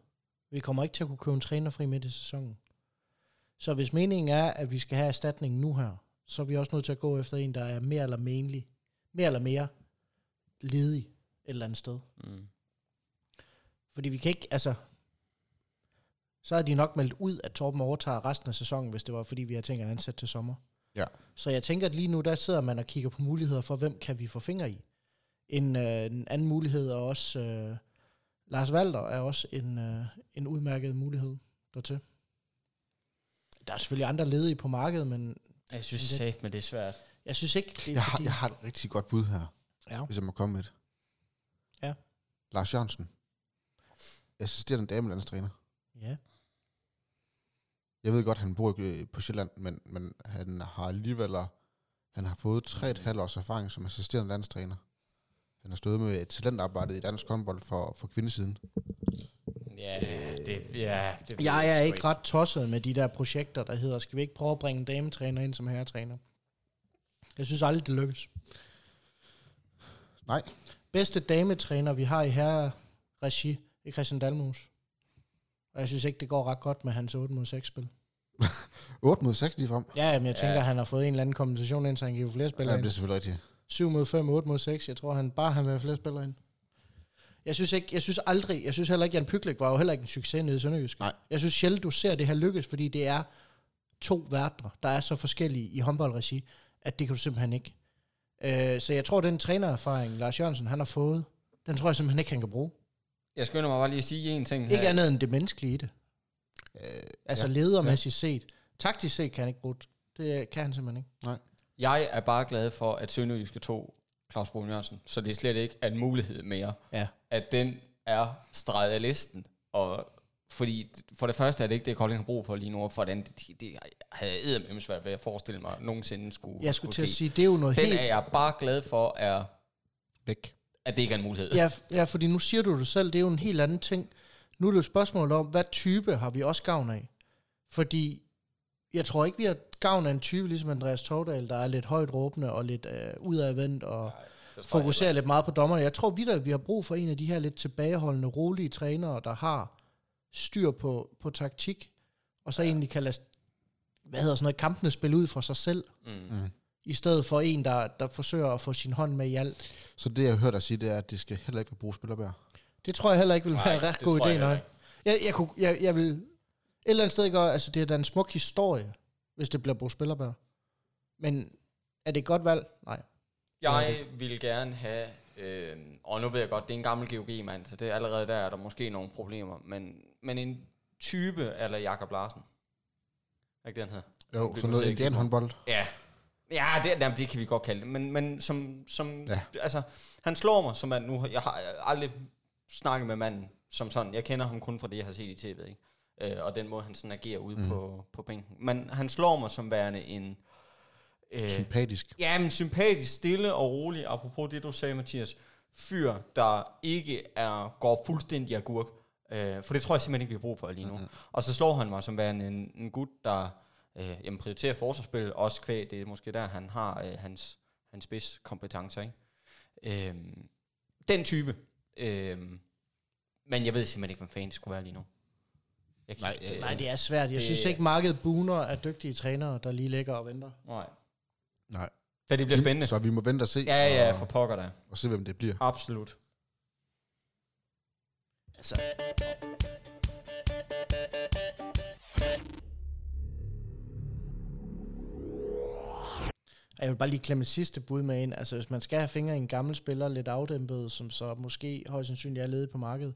C: Vi kommer ikke til at kunne købe en træner fri midt i sæsonen. Så hvis meningen er, at vi skal have erstatningen nu her, så er vi også nødt til at gå efter en, der er mere eller, menlig, mere, eller mere ledig et eller andet sted.
B: Mm.
C: Fordi vi kan ikke, altså... Så er de nok meldt ud, at Torben overtager resten af sæsonen, hvis det var, fordi vi har tænkt at ansætte til sommer.
A: Ja.
C: Så jeg tænker, at lige nu, der sidder man og kigger på muligheder for, hvem kan vi få fingre i. En, øh, en anden mulighed er også... Øh, Lars Valder er også en, øh, en udmærket mulighed dertil. Der er selvfølgelig andre ledige på markedet, men
B: Jeg synes
C: Men
B: sagt, men det er svært.
C: jeg synes ikke, det er
A: Jeg har,
C: fordi...
A: jeg har et rigtig godt bud her,
C: Ja.
A: hvis jeg må komme med et.
C: Ja.
A: Lars Jørgensen. Assisterende damelandstræner.
C: Ja.
A: Jeg ved godt, han bor ikke øh, på Sjælland, men, men han har alligevel han har fået tre et halvt års erfaring som assisterende landstræner. Han har stået med et talentarbejde i dansk håndbold for, for kvindesiden.
B: Ja, det, ja, det
C: Jeg er ikke ret tosset med de der projekter, der hedder, skal vi ikke prøve at bringe en dametræner ind som herretræner? Jeg synes aldrig, det lykkes.
A: Nej.
C: Bedste dametræner, vi har i herreregi, det er Christian Dalmus. Og jeg synes ikke, det går ret godt med hans 8 mod 6 spil.
A: 8 mod 6 lige frem.
C: Ja, men jeg
B: Ja.
C: tænker, ja. han har fået en eller anden kompensation ind, så han kan give flere spillere
A: Ja,
C: ind.
A: det er selvfølgelig rigtigt.
C: 7 mod 5, 8 mod 6. Jeg tror, han bare har med flere spillere ind. Jeg synes, ikke, jeg synes aldrig, jeg synes heller ikke, Jan Pyklæk var jo heller ikke en succes nede i Sønderjysk.
A: Nej.
C: Jeg synes sjældent, du ser det her lykkes, fordi det er to verdener, der er så forskellige i håndboldregi, at det kan du simpelthen ikke. Øh, så jeg tror, den trænererfaring, Lars Jørgensen, han har fået, den tror jeg simpelthen ikke, han kan bruge.
B: Jeg skynder mig bare lige at sige en ting
C: Ja. Ikke
B: her.
C: andet end det menneskelige i det.
A: Øh,
C: Altså
A: Ja.
C: ja. ledermæssigt set. Taktisk set kan han ikke bruge det. Det kan han simpelthen ikke.
B: Jeg er bare glad for, at Sønderjyske tog Claus Brun Jørgensen, så det er slet ikke en mulighed mere.
C: Ja.
B: At den er streget af listen. Og fordi for det første er det ikke det, Kolding har brug for lige nu, og for det andet, det, det havde jeg eddermame svært ved at forestille mig, at nogensinde skulle
C: Jeg skulle til at
B: ske.
C: sige, det er jo noget helt
B: Den er jeg bare glad for, er,
A: væk.
B: at det ikke er en mulighed.
C: Ja, f- ja, fordi nu siger du det selv, det er jo en helt anden ting. Nu er det jo et spørgsmål om, hvad type har vi også gavn af? Fordi jeg tror ikke, vi har gavn af en type ligesom Andreas Tordal, der er lidt højt råbende og lidt øh, udadvendt
B: Nej,
C: og
B: det tror jeg
C: fokuserer lidt meget på dommer. Jeg tror vidt, at vi har brug for en af de her lidt tilbageholdende, rolige trænere, der har styr på, på taktik, og så ja. egentlig kan lade hvad hedder sådan noget, kampene spille ud for sig selv,
B: heller ikke. Mm.
A: Mm.
C: i stedet for en, der, der forsøger at få sin hånd med i alt.
A: Så det, jeg har hørt dig sige, det er, at det skal heller ikke være brugerspillerbær.
C: Det tror jeg heller ikke vil være
B: Nej,
C: en ret
B: det
C: god
B: tror jeg
C: idé,
B: heller
C: nej.
B: ikke.
C: Jeg, jeg, kunne, jeg, jeg vil et eller andet sted gøre, altså det er da en smuk historie, hvis det bliver Bo Spillerbær. Men er det et godt valg? Nej.
B: Jeg vil gerne have, øh, og nu ved jeg godt, det er en gammel GOG-mand, så det er allerede der, er der måske nogle problemer, men, men en type, eller Jakob Larsen. Er ikke den her?
A: Jo,
B: Det
A: sådan
B: kunne
A: noget
B: jeg ikke.
A: indian håndbold.
B: Ja. Ja, det, jamen, det kan vi godt kalde det, men, men som, som
A: Ja.
B: ja. altså, han slår mig som mand nu, jeg har aldrig snakket med manden som sådan, jeg kender ham kun fra det, jeg har set i tv, ikke? Øh, og den måde, han sådan agerer ude
A: Mm.
B: mm. på, på bænken. Men han slår mig som værende en... Øh,
A: Sympatisk.
B: Ja, men sympatisk, stille og rolig, apropos det, du sagde, Mathias. Fyr, der ikke er, går fuldstændig agurk. Øh, for det tror jeg simpelthen ikke, vi har brug for lige nu.
A: Mhm.
B: Mm-hmm. Og så slår han mig som værende en, en gut, der øh, jamen, prioriterer forsvarsspil, også kvæg, det er måske der, han har øh, hans, hans spidskompetencer. Ikke? Øh, den type. Øh, men jeg ved simpelthen ikke, hvem fanden det skulle være lige nu. Jeg kan,
A: Nej, øh,
C: Nej, det er svært. Jeg
B: Det-
C: synes ikke, markedet buner af dygtige trænere, der lige ligger og venter.
B: øh, nej.
A: Nej.
B: Da det bliver spændende.
A: Så vi må vente og se,
B: Ja, ja, for
A: og,
B: pokker da.
A: og se, hvem det bliver.
B: Absolut.
C: Altså. Og jeg vil bare lige klemme et sidste bud med ind. Altså, hvis man skal have fingre i en gammel spiller, lidt afdæmpet, som så måske højst sandsynligt er ledet på markedet,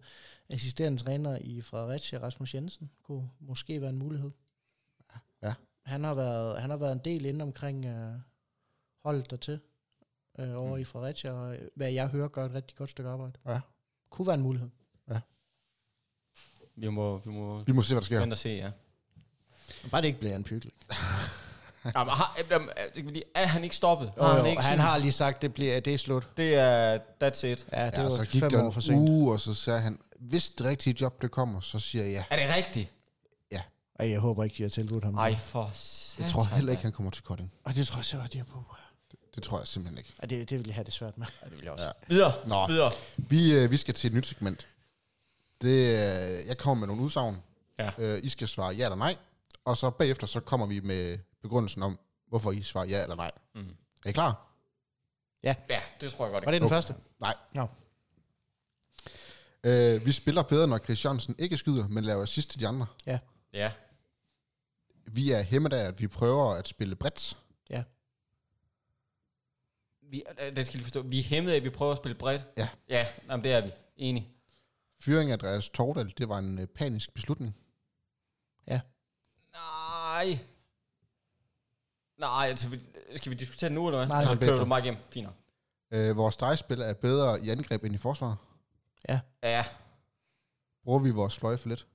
C: assisterende træner i Fredericia, Rasmus Jensen, kunne måske være en mulighed.
A: Ja.
C: Han har været, han har været en del inde omkring øh, holdet dertil øh, over mm. i Fredericia, og øh, hvad jeg hører, gør et rigtig godt stykke arbejde.
A: Ja.
C: Kunne være en mulighed.
B: Vi må, vi må
A: Vi må se, hvad der sker.
B: vente og se, ja.
C: Bare det ikke bliver en pykling.
B: Jamen, har, jamen, er- det kan blive- er han ikke stoppet?
C: Og,
B: Har han, ikke
C: han
B: sådan-
C: har lige sagt, det bliver det er slut.
B: Det er, that's it.
C: Ja, det
A: Ja,
C: var
A: så gik
C: fem
A: der
C: år for sent.
A: en uge, og så sagde han, hvis det rigtige job det kommer, så siger jeg ja.
B: Er det rigtigt?
C: Ej, jeg håber ikke, de har tilbudt ham.
B: Ej,
C: det.
B: for satan.
A: Jeg tror heller ikke, han kommer til Kolding.
C: Og det tror jeg så, at de har på.
A: Det tror jeg simpelthen ikke.
C: Og det, det vil jeg have det svært med. Ja, det vil jeg også. Ja.
B: Videre,
A: Nå,
B: videre.
A: vi, øh, vi skal til et nyt segment. Det, øh, jeg kommer med nogle udsagn.
B: Ja.
A: Øh, I skal svare ja eller nej. Og så bagefter, så kommer vi med begrundelsen om, hvorfor I svarer ja eller nej.
B: Mm.
A: Er I klar?
B: Ja, det tror jeg godt.
C: Var det den
A: Okay.
C: første?
A: Øh, vi spiller bedre, når Christiansen ikke skyder, men laver assist til de andre.
B: Ja.
A: Vi er hæmmet af, at vi prøver at spille bredt.
B: Vi, øh, det skal I forstå. Vi er hæmmet af, at vi prøver at spille bredt.
A: Ja.
B: Ja, jamen, det er vi. Enig.
A: Fyring af Andreas Tordal, det var en øh, panisk beslutning.
B: Nej. Nej, altså, vi- skal vi diskutere det nu, eller hvad?
C: Nej.
B: så
A: Sådan
B: kører
A: bagefter.
B: du mig hjem. Fint nok.
A: Øh, vores stregspil er bedre i angreb end i forsvar.
B: Ja,
A: Bruger vi vores fløje for lidt?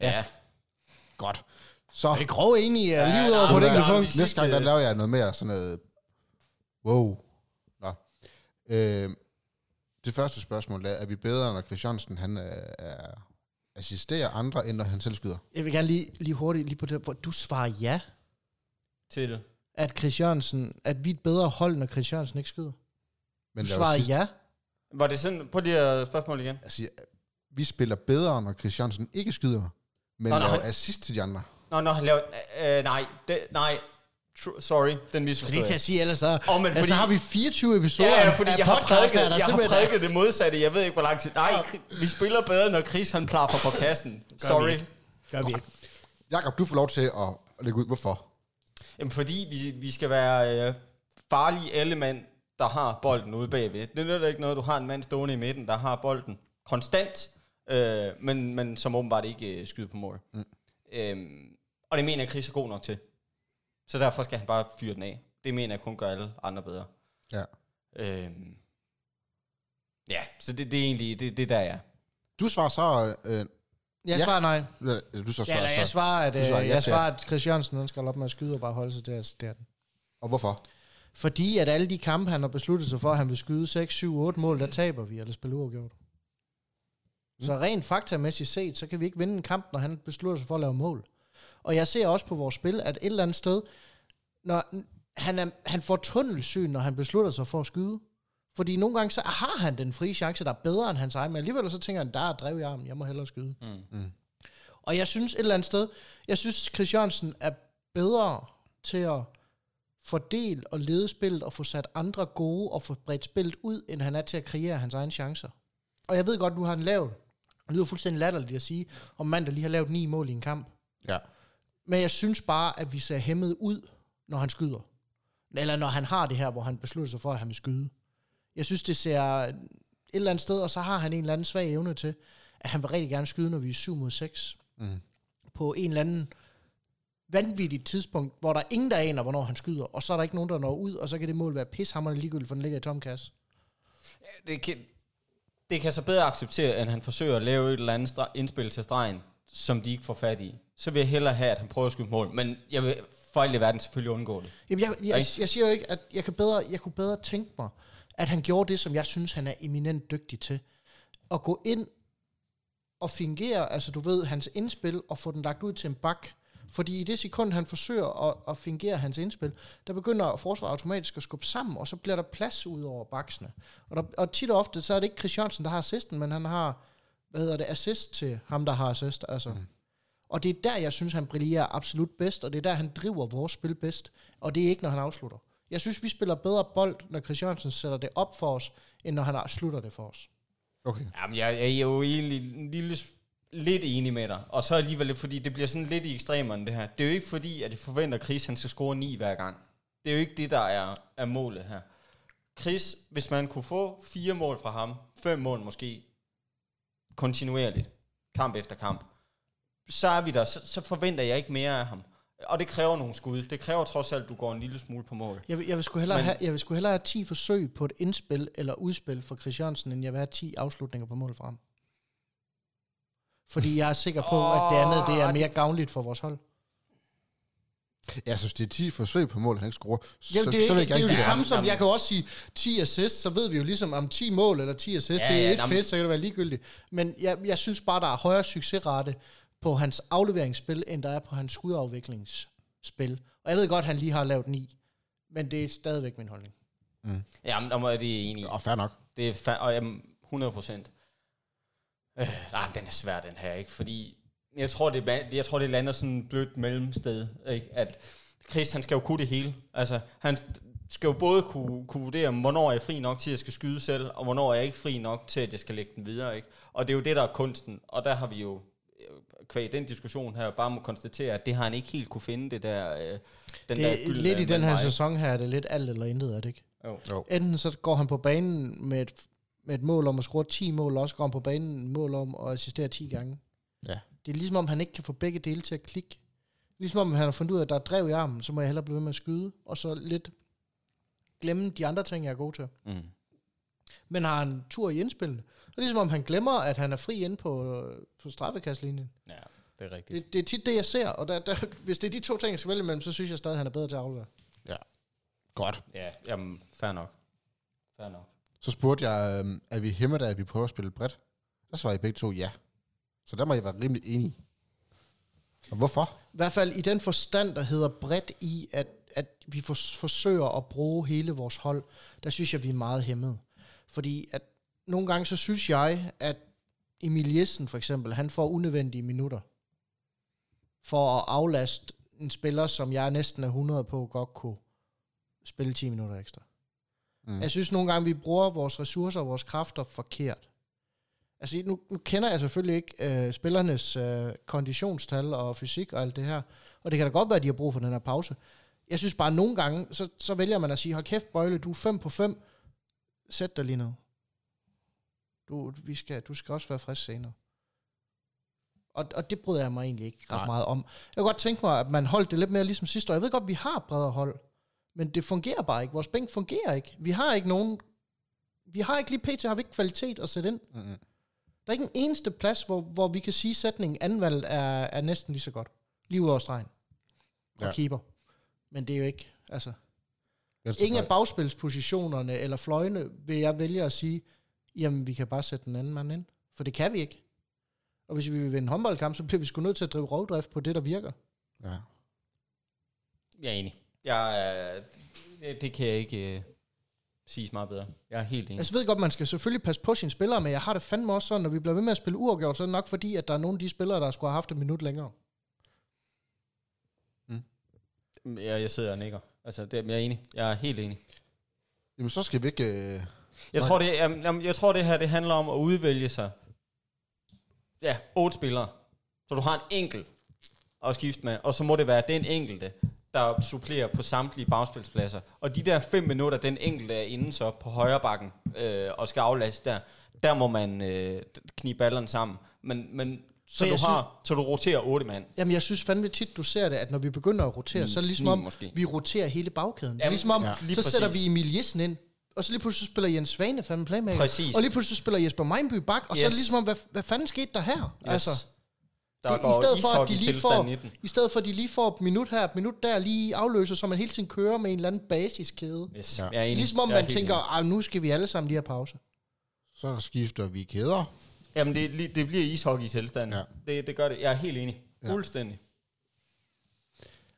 B: ja. ja.
A: Godt. Så
C: Er det grov enig ja, lige
B: Ja, øh.
C: ud over
B: nej,
C: på det
B: men
C: enkelte
B: der er
C: punkt?
B: lige-
A: næste gang, der
B: sidste-
A: laver jeg noget mere sådan noget... Wow. Nå. Øh, det første spørgsmål er, er vi bedre, når Christiansen han øh, er, assisterer andre, end når han selv skyder?
C: Jeg vil gerne lige, lige hurtigt lige på det, hvor du svarer ja,
B: Til det.
C: at Christiansen, at vi er et bedre hold, når Christiansen ikke skyder.
A: Men
C: du
A: laver
C: svarer
A: assist.
C: ja.
B: Var det sådan... Prøv lige at spørgsmål igen.
A: Jeg siger, vi spiller bedre, når Christiansen ikke skyder, men
B: Nå,
A: Nå,
B: nå,
A: laver
B: han-
A: assist til de andre.
B: Nå, når han laver... Øh, nej, det, nej. Tru, sorry, den
C: Det er
B: misforstod
C: ikke til
B: jeg.
C: at sige, ellers så,
B: Åh, men
C: fordi, altså,
B: fordi-
C: har vi 24 episoder
B: Ja, ja, fordi
C: af
B: jeg har,
C: podcasten,
B: prædiket,
C: er der
B: jeg har
C: simpelthen-
B: prædiket det modsatte. Jeg ved ikke, hvor lang tid... Nej, Kri- vi spiller bedre, når Chris han plejer på på kassen. Sorry.
C: ikke. Gør vi ikke.
A: Jakob, du får lov til at lægge ud. Hvorfor?
B: Jamen, fordi vi, vi skal være øh, farlige alle mand, der har bolden ude bagved. Det nytter ikke noget, du har en mand stående i midten, der har bolden konstant, øh, men, men som åbenbart ikke øh, skyder på mål. Mm. Øhm, og det mener jeg, Chris er god nok til. Så derfor skal han bare fyre den af. Det mener jeg kun gør alle andre bedre.
A: Ja.
B: Øhm, ja, så det, det er egentlig det, det der er.
A: Du svarer så... Øh,
C: Jeg
A: Ja.
C: svarer nej.
A: øh, du så, så,
C: Ja, eller jeg
A: så.
C: svarer, at,
A: Du svarer
C: øh,
A: ja
C: jeg
A: til-
C: svarer, at Christiansen han skal op med at skyde og bare holde sig til at assistere den.
A: Og hvorfor?
C: Fordi at alle de kampe, han har besluttet sig for, at han vil skyde 6, 7, 8 mål, der taber vi, eller spiller uafgjort. Så rent faktamæssigt set, så kan vi ikke vinde en kamp, når han beslutter sig for at lave mål. Og jeg ser også på vores spil, at et eller andet sted, når han, er, han får tunnelsyn, når han beslutter sig for at skyde. Fordi nogle gange, så har han den frie chance, der er bedre end hans egen, men alligevel så tænker han, der er drev i armen, jeg må hellere skyde.
B: Mm.
A: Mm.
C: Og jeg synes et eller andet sted, jeg synes Christiansen er bedre til at fordele og lede spillet og få sat andre gode og få bredt spillet ud, end han er til at kreere hans egne chancer. Og jeg ved godt, nu har han lavet, det lyder fuldstændig latterligt at sige, om mand, der lige har lavet ni mål i en kamp.
A: Ja.
C: Men jeg synes bare, at vi ser hæmmet ud, når han skyder. Eller når han har det her, hvor han beslutter sig for, at han vil skyde. Jeg synes, det ser et eller andet sted, og så har han en eller anden svag evne til, at han vil rigtig gerne skyde, når vi er 7 mod 6.
A: Mm.
C: På en eller anden vanvittigt tidspunkt, hvor der er ingen, der aner, hvornår han skyder, og så er der ikke nogen, der når ud, og så kan det mål være pishammerende ligegyldigt, for den ligger i tom kasse.
B: det kan, det kan jeg så bedre acceptere, end han forsøger at lave et eller andet stre- indspil til stregen, som de ikke får fat i. Så vil jeg hellere have, at han prøver at skyde mål, men jeg vil for alt i verden selvfølgelig undgå det.
C: Jamen, jeg, jeg,
B: Ikke?
C: jeg siger jo ikke, at jeg, kan bedre, jeg kunne bedre tænke mig, at han gjorde det, som jeg synes, han er eminent dygtig til. At gå ind og fingere, altså du ved, hans indspil, og få den lagt ud til en bak. Fordi i det sekund, han forsøger at, at fingere hans indspil, der begynder forsvaret automatisk at skubbe sammen, og så bliver der plads ud over baksene. Og, der, og tit og ofte, så er det ikke Christiansen, der har assisten, men han har, hvad hedder det, assist til ham, der har assist. Altså. Mm. Og det er der, jeg synes, han brillerer absolut bedst, og det er der, han driver vores spil bedst. Og det er ikke, når han afslutter. Jeg synes, vi spiller bedre bold, når Christiansen sætter det op for os, end når han slutter det for os.
A: Okay.
B: Jamen, jeg, jeg er jo egentlig en lille, s- lidt enig med dig, og så alligevel, lidt, fordi det bliver sådan lidt i ekstremerne, det her. Det er jo ikke fordi, at jeg forventer, at Chris han skal score 9 hver gang. Det er jo ikke det, der er, er målet her. Chris, hvis man kunne få fire mål fra ham, fem mål måske, kontinuerligt, kamp efter kamp, så er vi der, så, så forventer jeg ikke mere af ham. Og det kræver nogle skud. Det kræver trods alt, at du går en lille smule på mål.
C: Jeg vil, jeg vil sgu hellere,
B: Men-
C: have, jeg vil sgu hellere have 10 forsøg på et indspil eller udspil fra Christiansen, end jeg vil have 10 afslutninger på mål frem. Fordi jeg er sikker på, oh, at det andet det er
B: Åh,
C: mere gavnligt for vores hold.
A: Ja, så hvis det er 10 forsøg på mål, han ikke scorer, så,
C: Jamen, det er,
A: så
C: ikke,
A: vil
C: det
A: jeg
C: er jo
A: gerne
C: det
A: give
C: samme
A: ham.
C: som, jeg kan også sige 10 assist, så ved vi jo ligesom, om 10 mål eller 10 assist,
B: Ja,
C: ja, det er
B: ja,
C: et
B: nå, men-
C: fedt, så kan det være ligegyldigt. Men jeg, jeg synes bare, der er højere succesrate på hans afleveringsspil, end der er på hans skudafviklingsspil. Og jeg ved godt, han lige har lavet 9, men det er stadigvæk min holdning.
B: Jamen, der må jeg det er enig i.
A: Og fair nok.
B: Det er fa- og, jamen, 100 procent. Øh, nej, den er svær, den her, ikke? Fordi jeg tror, det, er ba- jeg tror, det lander sådan et blødt mellemsted, ikke? At Chris, han skal jo kunne det hele. Altså, han skal jo både kunne, kunne vurdere, hvornår er jeg fri nok til, at jeg skal skyde selv, og hvornår er jeg ikke fri nok til, at jeg skal lægge den videre, ikke? Og det er jo det, der er kunsten. Og der har vi jo øh, kvæg den diskussion her, bare må konstatere, at det har han ikke helt kunne finde, det der... Øh, den
C: Det er
B: gyldne
C: lidt i den her
B: mellemvej.
C: sæson her, er det lidt alt eller intet, er det ikke?
B: Jo.
C: Enten så går han på banen med et, med et mål om at score 10 mål, eller også går han på banen med et mål om at assistere 10 gange.
A: Ja.
C: Det er ligesom om, han ikke kan få begge dele til at klikke. Ligesom om han har fundet ud af, at der er drev i armen, så må jeg hellere blive ved med at skyde, og så lidt glemme de andre ting, jeg er god til.
B: Mm.
C: Men har han tur i indspillene? Og ligesom om han glemmer, at han er fri inde på, øh, på straffekastlinjen.
B: Ja, det er rigtigt.
C: Det, det er tit det, jeg ser, og der, der, hvis det er de to ting, jeg skal vælge imellem, så synes jeg stadig, at han er bedre til at aflevere.
A: Godt.
B: Ja, jamen, fair nok. Fair nok.
A: Så spurgte jeg, øhm, er vi hæmmet af, at vi prøver at spille bredt? Der svarede I begge to ja. Så der må jeg være rimelig enig. Og hvorfor?
C: I hvert fald i den forstand, der hedder bredt i, at, at vi for, forsøger at bruge hele vores hold, der synes jeg, vi er meget hæmmet. Fordi at nogle gange, så synes jeg, at Emil Jessen for eksempel, han får unødvendige minutter for at aflaste en spiller, som jeg næsten er 100 på, godt kunne spille 10 minutter ekstra.
A: Mm.
C: Mm. Jeg synes nogle gange, vi bruger vores ressourcer og vores kræfter forkert. Altså, nu, nu kender jeg selvfølgelig ikke øh, spillernes øh, konditionstal og fysik og alt det her. Og det kan da godt være, at de har brug for den her pause. Jeg synes bare, at nogle gange, så, så vælger man at sige, hold kæft, Bøjle, du er 5 på 5. Sæt dig lige ned. Du, vi skal, du skal også være frisk senere. Og, og det bryder jeg mig egentlig ikke ret
A: Nej.
C: Nej. meget om. Jeg kunne godt tænke mig, at man holdt det lidt mere ligesom sidste år. Jeg ved godt, vi har et bredere hold, men det fungerer bare ikke. Vores bænk fungerer ikke. Vi har ikke nogen... Vi har ikke lige pt. har vi ikke kvalitet at sætte ind.
A: Mm-hmm.
C: Der er ikke en eneste plads, hvor, hvor vi kan sige, at sætningen anvalget er, er næsten lige så godt. Lige ud over stregen. Og
A: Ja.
C: ja. keeper. Men det er jo ikke... Altså,
A: Jeg
C: ingen af bagspilspositionerne eller fløjene vil jeg vælge at sige, jamen vi kan bare sætte den anden mand ind. For det kan vi ikke. Og hvis vi vil vinde håndboldkamp, så bliver vi sgu nødt til at drive rovdrift på det, der virker.
A: ja.
B: Jeg er enig. Jeg, er- det, det kan jeg ikke øh, sige meget bedre. Jeg er helt enig.
C: Altså, Jeg ved godt, man skal selvfølgelig passe på sine spillere, men jeg har det fandme også sådan, når vi bliver ved med at spille uafgjort, så er det nok fordi, at der er nogle af de spillere, der skulle have haft et minut længere.
B: Jeg, jeg sidder og nikker. Altså, det, jeg er enig. Jeg er helt enig.
A: Jamen, så skal vi ikke... Øh...
B: Jeg
A: Nej.
B: tror, det, jamen, jamen, jeg tror, det her det handler om at udvælge sig. Ja, otte spillere. Så du har en enkelt at skifte med, og så må det være den enkelte, der supplerer på samtlige bagspilspladser. Og de der fem minutter, den enkelte er inde så på højre bakken øh, og skal aflaste der, der må man øh, knibe ballerne sammen. Men, men så,
C: Men
B: du
C: jeg
B: har, så du roterer otte mand.
C: Jamen, jeg synes fandme tit, du ser det, at når vi begynder at rotere,
B: Ni-
C: mm, så er det ligesom
B: ni
C: om,
B: måske.
C: vi roterer hele bagkæden.
B: Jamen,
C: Jamen, ligesom om,
B: ja.
C: ja.
B: lige
C: så sætter
B: præcis.
C: vi Emil Jessen ind, og så lige pludselig så spiller Jens Svane fandme playmaker.
B: Præcis.
C: Og lige pludselig så spiller Jesper Meinby bak, og yes. så er
B: Yes.
C: det ligesom om, hvad, hvad fanden skete der her?
B: Yes. Altså, der
C: det- i stedet for, at de
B: ishockey-
C: lige får-
B: tilstand i den.
C: I stedet for, at de lige får et minut her, et minut der, lige afløser, så man hele tiden kører med en eller anden basiskæde.
B: Yes.
A: Ja.
B: Jeg er enig.
C: Ligesom om
B: Jeg er
C: man
B: helt enig.
C: tænker, "Ej, nu skal vi alle sammen lige have pause.
A: Så skifter vi kæder.
B: Jamen, det, er li- det bliver ishockey-tilstand. Ja.
A: Ja.
B: Det, det gør det. Jeg er helt enig.
A: Ja.
B: Fuldstændig.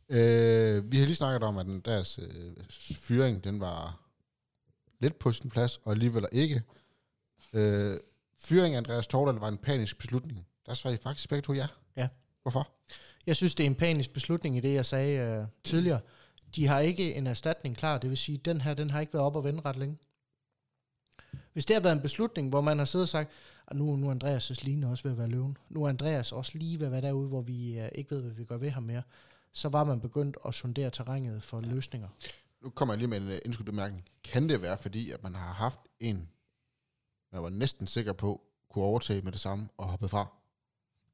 A: Øh, vi har lige snakket om, at den deres øh, fyring, den var lidt på sin plads, og alligevel ikke. Øh, fyringen af Andreas Tordal var en panisk beslutning. Der svarede I faktisk begge to ja.
C: Ja.
A: Hvorfor?
C: Jeg synes, det er en panisk beslutning i det, jeg sagde øh, tidligere. De har ikke en erstatning klar, det vil sige, den her, den har ikke været op og vende ret længe. Hvis det har været en beslutning, hvor man har siddet og sagt, at nu, nu er Andreas' line også ved at være løven, nu er Andreas også lige ved at være derude, hvor vi øh, ikke ved, hvad vi gør ved ham mere, så var man begyndt at sondere terrænet for løsninger.
A: nu kommer jeg lige med en øh, indskudt bemærkning. Kan det være, fordi at man har haft en, man var næsten sikker på, kunne overtage med det samme og hoppe fra?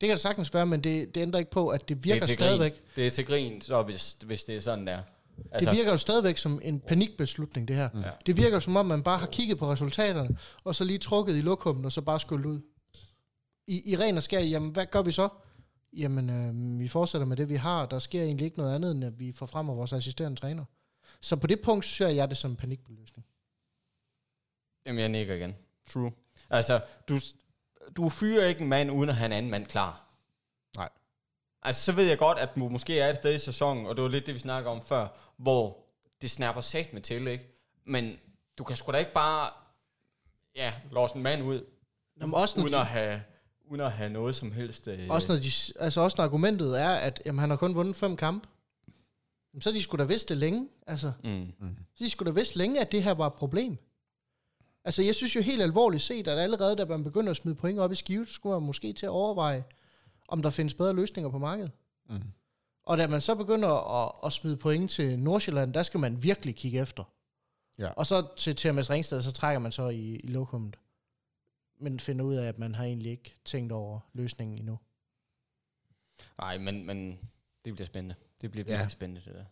C: Det kan det sagtens være, men det, det ændrer ikke på, at det
B: er
C: virker
B: til
C: det
B: grin.
C: stadigvæk.
B: Det er til grin, så hvis, hvis det er sådan, der.
C: Altså, det virker jo stadigvæk som en panikbeslutning, det her.
A: Mm.
B: Ja.
C: Det virker som om, man bare har kigget på resultaterne, og så lige trukket i lokummen, og så bare skyllet ud. I, I ren og skær, jamen hvad gør vi så? Jamen, øh, vi fortsætter med det, vi har. Der sker egentlig ikke noget andet, end at vi får frem af vores assisterende træner. Så på det punkt ser jeg det som en panikbeløsning.
B: Jamen, jeg nikker igen. True. Altså, du, du fyrer ikke en mand, uden at have en anden mand klar.
A: Nej.
B: Altså, så ved jeg godt, at du måske er et sted i sæsonen, og det var lidt det, vi snakkede om før, hvor det snapper sat med til, ikke? Men du kan sgu da ikke bare, ja, låse en mand ud,
C: Nå, men også, når
B: uden at
C: de,
B: have, uden at have noget som helst. Øh,
C: også, når de, s- altså også når argumentet er, at jamen, han har kun vundet fem kampe. Jamen, så har de skulle da vidst det længe. Altså,
B: mm.
C: Så de skulle da vidst længe, at det her var et problem. Altså, jeg synes jo helt alvorligt set, at allerede da man begynder at smide point op i skivet, skulle man måske til at overveje, om der findes bedre løsninger på markedet.
A: Mm.
C: Og da man så begynder at, at smide point til Nordsjælland, der skal man virkelig kigge efter.
A: Ja.
C: Og så til TMS Ringsted, så trækker man så i, i lokummet. Men finder ud af, at man har egentlig ikke tænkt over løsningen endnu.
B: Nej, men, men det bliver spændende. Det bliver
A: Ja.
B: virkelig spændende, det der.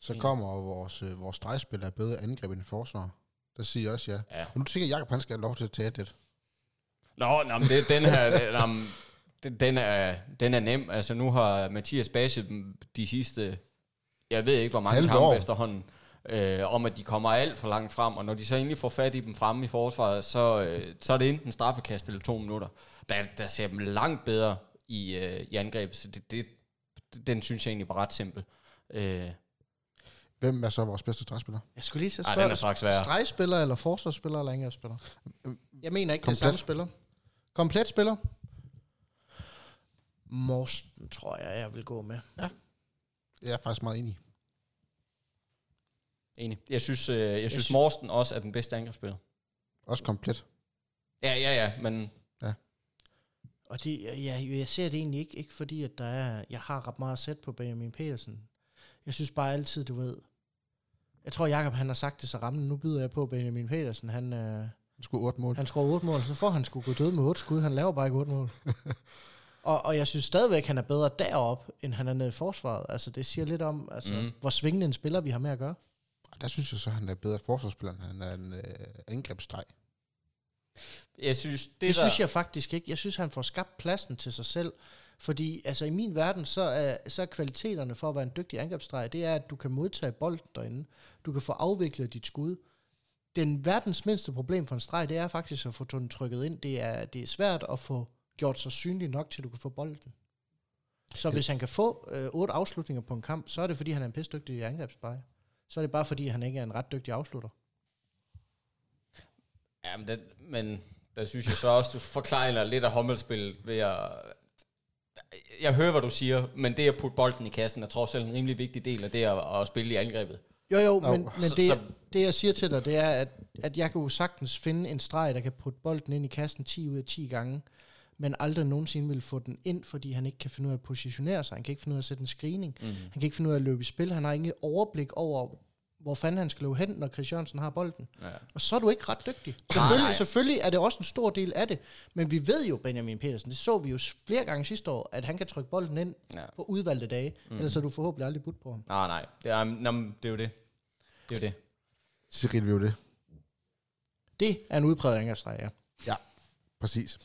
A: Så
B: Enig.
A: kommer vores, øh, vores stregspiller bedre angreb end forsvar. Der siger jeg også ja.
B: Ja.
A: Og nu tænker jeg, Jacob, han skal have lov til at tage det.
B: Nå, nå men det, den her, den- nå, men den, den, er, den er nem. Altså, nu har Mathias Base dem de sidste, jeg ved ikke, hvor mange
A: Halve
B: kampe
A: år.
B: efterhånden, øh, om at de kommer alt for langt frem, og når de så endelig får fat i dem fremme i forsvaret, så, øh, så er det enten straffekast eller to minutter. Der, der ser dem langt bedre i, øh, i angrebet, så det, det, den synes jeg egentlig var ret simpel. Øh,
A: Hvem er så vores bedste stregspiller?
C: Jeg skulle lige så
B: ej,
C: spørge,
B: den er straks værre.
C: Stregspiller eller forsvarsspiller eller angrebsspiller? Mm. Jeg mener ikke,
A: Komplet.
C: det er samme spiller. Komplet spiller? Morsten tror jeg, jeg vil gå med. Ja.
A: Jeg er faktisk meget enig. i.
B: Enig. Jeg synes, øh, jeg synes
C: sy-
B: Morsten også er den bedste angrebsspiller.
A: Også komplet.
B: Ja, ja, ja, men
C: Og det, jeg, jeg ser det egentlig ikke, ikke fordi at der er, jeg har ret meget sæt på Benjamin Petersen. Jeg synes bare altid, du ved... Jeg tror, Jakob han har sagt det så rammende. Nu byder jeg på Benjamin Petersen. Han, øh,
A: Han skulle otte mål.
C: han scorer otte mål, så får han sgu gå død med otte skud. Han laver bare ikke otte mål. og, og jeg synes stadigvæk, han er bedre deroppe, end han er nede i forsvaret. Altså, det siger lidt om, altså,
B: Mm.
C: mm. hvor svingende en spiller vi har med at gøre.
A: Og Der synes jeg så, han er bedre forsvarsspiller, end han er en øh, angrebsstreg.
B: jeg synes, det,
C: Det, det
B: der,
C: synes jeg faktisk ikke. Jeg synes, han får skabt pladsen til sig selv. Fordi altså, i min verden, så er, så er kvaliteterne for at være en dygtig angrebsstreg, det er, at du kan modtage bolden derinde. Du kan få afviklet dit skud. Den verdens mindste problem for en streg, det er faktisk at få den trykket ind. Det er, det er svært at få gjort sig synlig nok, til du kan få bolden. Så hvis han kan få øh, otte afslutninger på en kamp, så er det, fordi han er en pisdygtig angrebsstreg. Så er det bare, fordi han ikke er en ret dygtig afslutter.
B: Ja, men, den, men der synes jeg så også, du forklarer lidt af håndboldspillet ved at... Jeg hører, hvad du siger, men det at putte bolden i kassen er trods alt en rimelig vigtig del af det at, at spille i angrebet.
C: Jo, jo,
A: Nå,
C: men, men
B: så-
C: det,
B: så-
C: det jeg siger til dig, det er, at, at jeg kan jo sagtens finde en streg, der kan putte bolden ind i kassen 10 ud af 10 gange, men aldrig nogensinde vil få den ind, fordi han ikke kan finde ud af at positionere sig. Han kan ikke finde ud af at sætte en screening.
B: Mm.
C: Han kan ikke finde ud af at løbe i spil. Han har ikke overblik over, hvor fanden han skal løbe hen, når Chris Jørgensen har bolden.
B: Ja.
C: Og så er du ikke ret dygtig.
B: nej.
C: Selvfølgelig, selvfølgelig er det også en stor del af det, men vi ved jo, Benjamin Petersen, det så vi jo flere gange sidste år, at han kan trykke bolden ind
B: Ja.
C: på udvalgte dage, mm. ellers har du forhåbentlig aldrig budt på ham.
B: Nej, nej. Det er, nå, men det er jo det. Det er jo det.
A: Cyril vil jo det.
C: Det er en udpræget angrebsstreg, ja.
A: Præcis.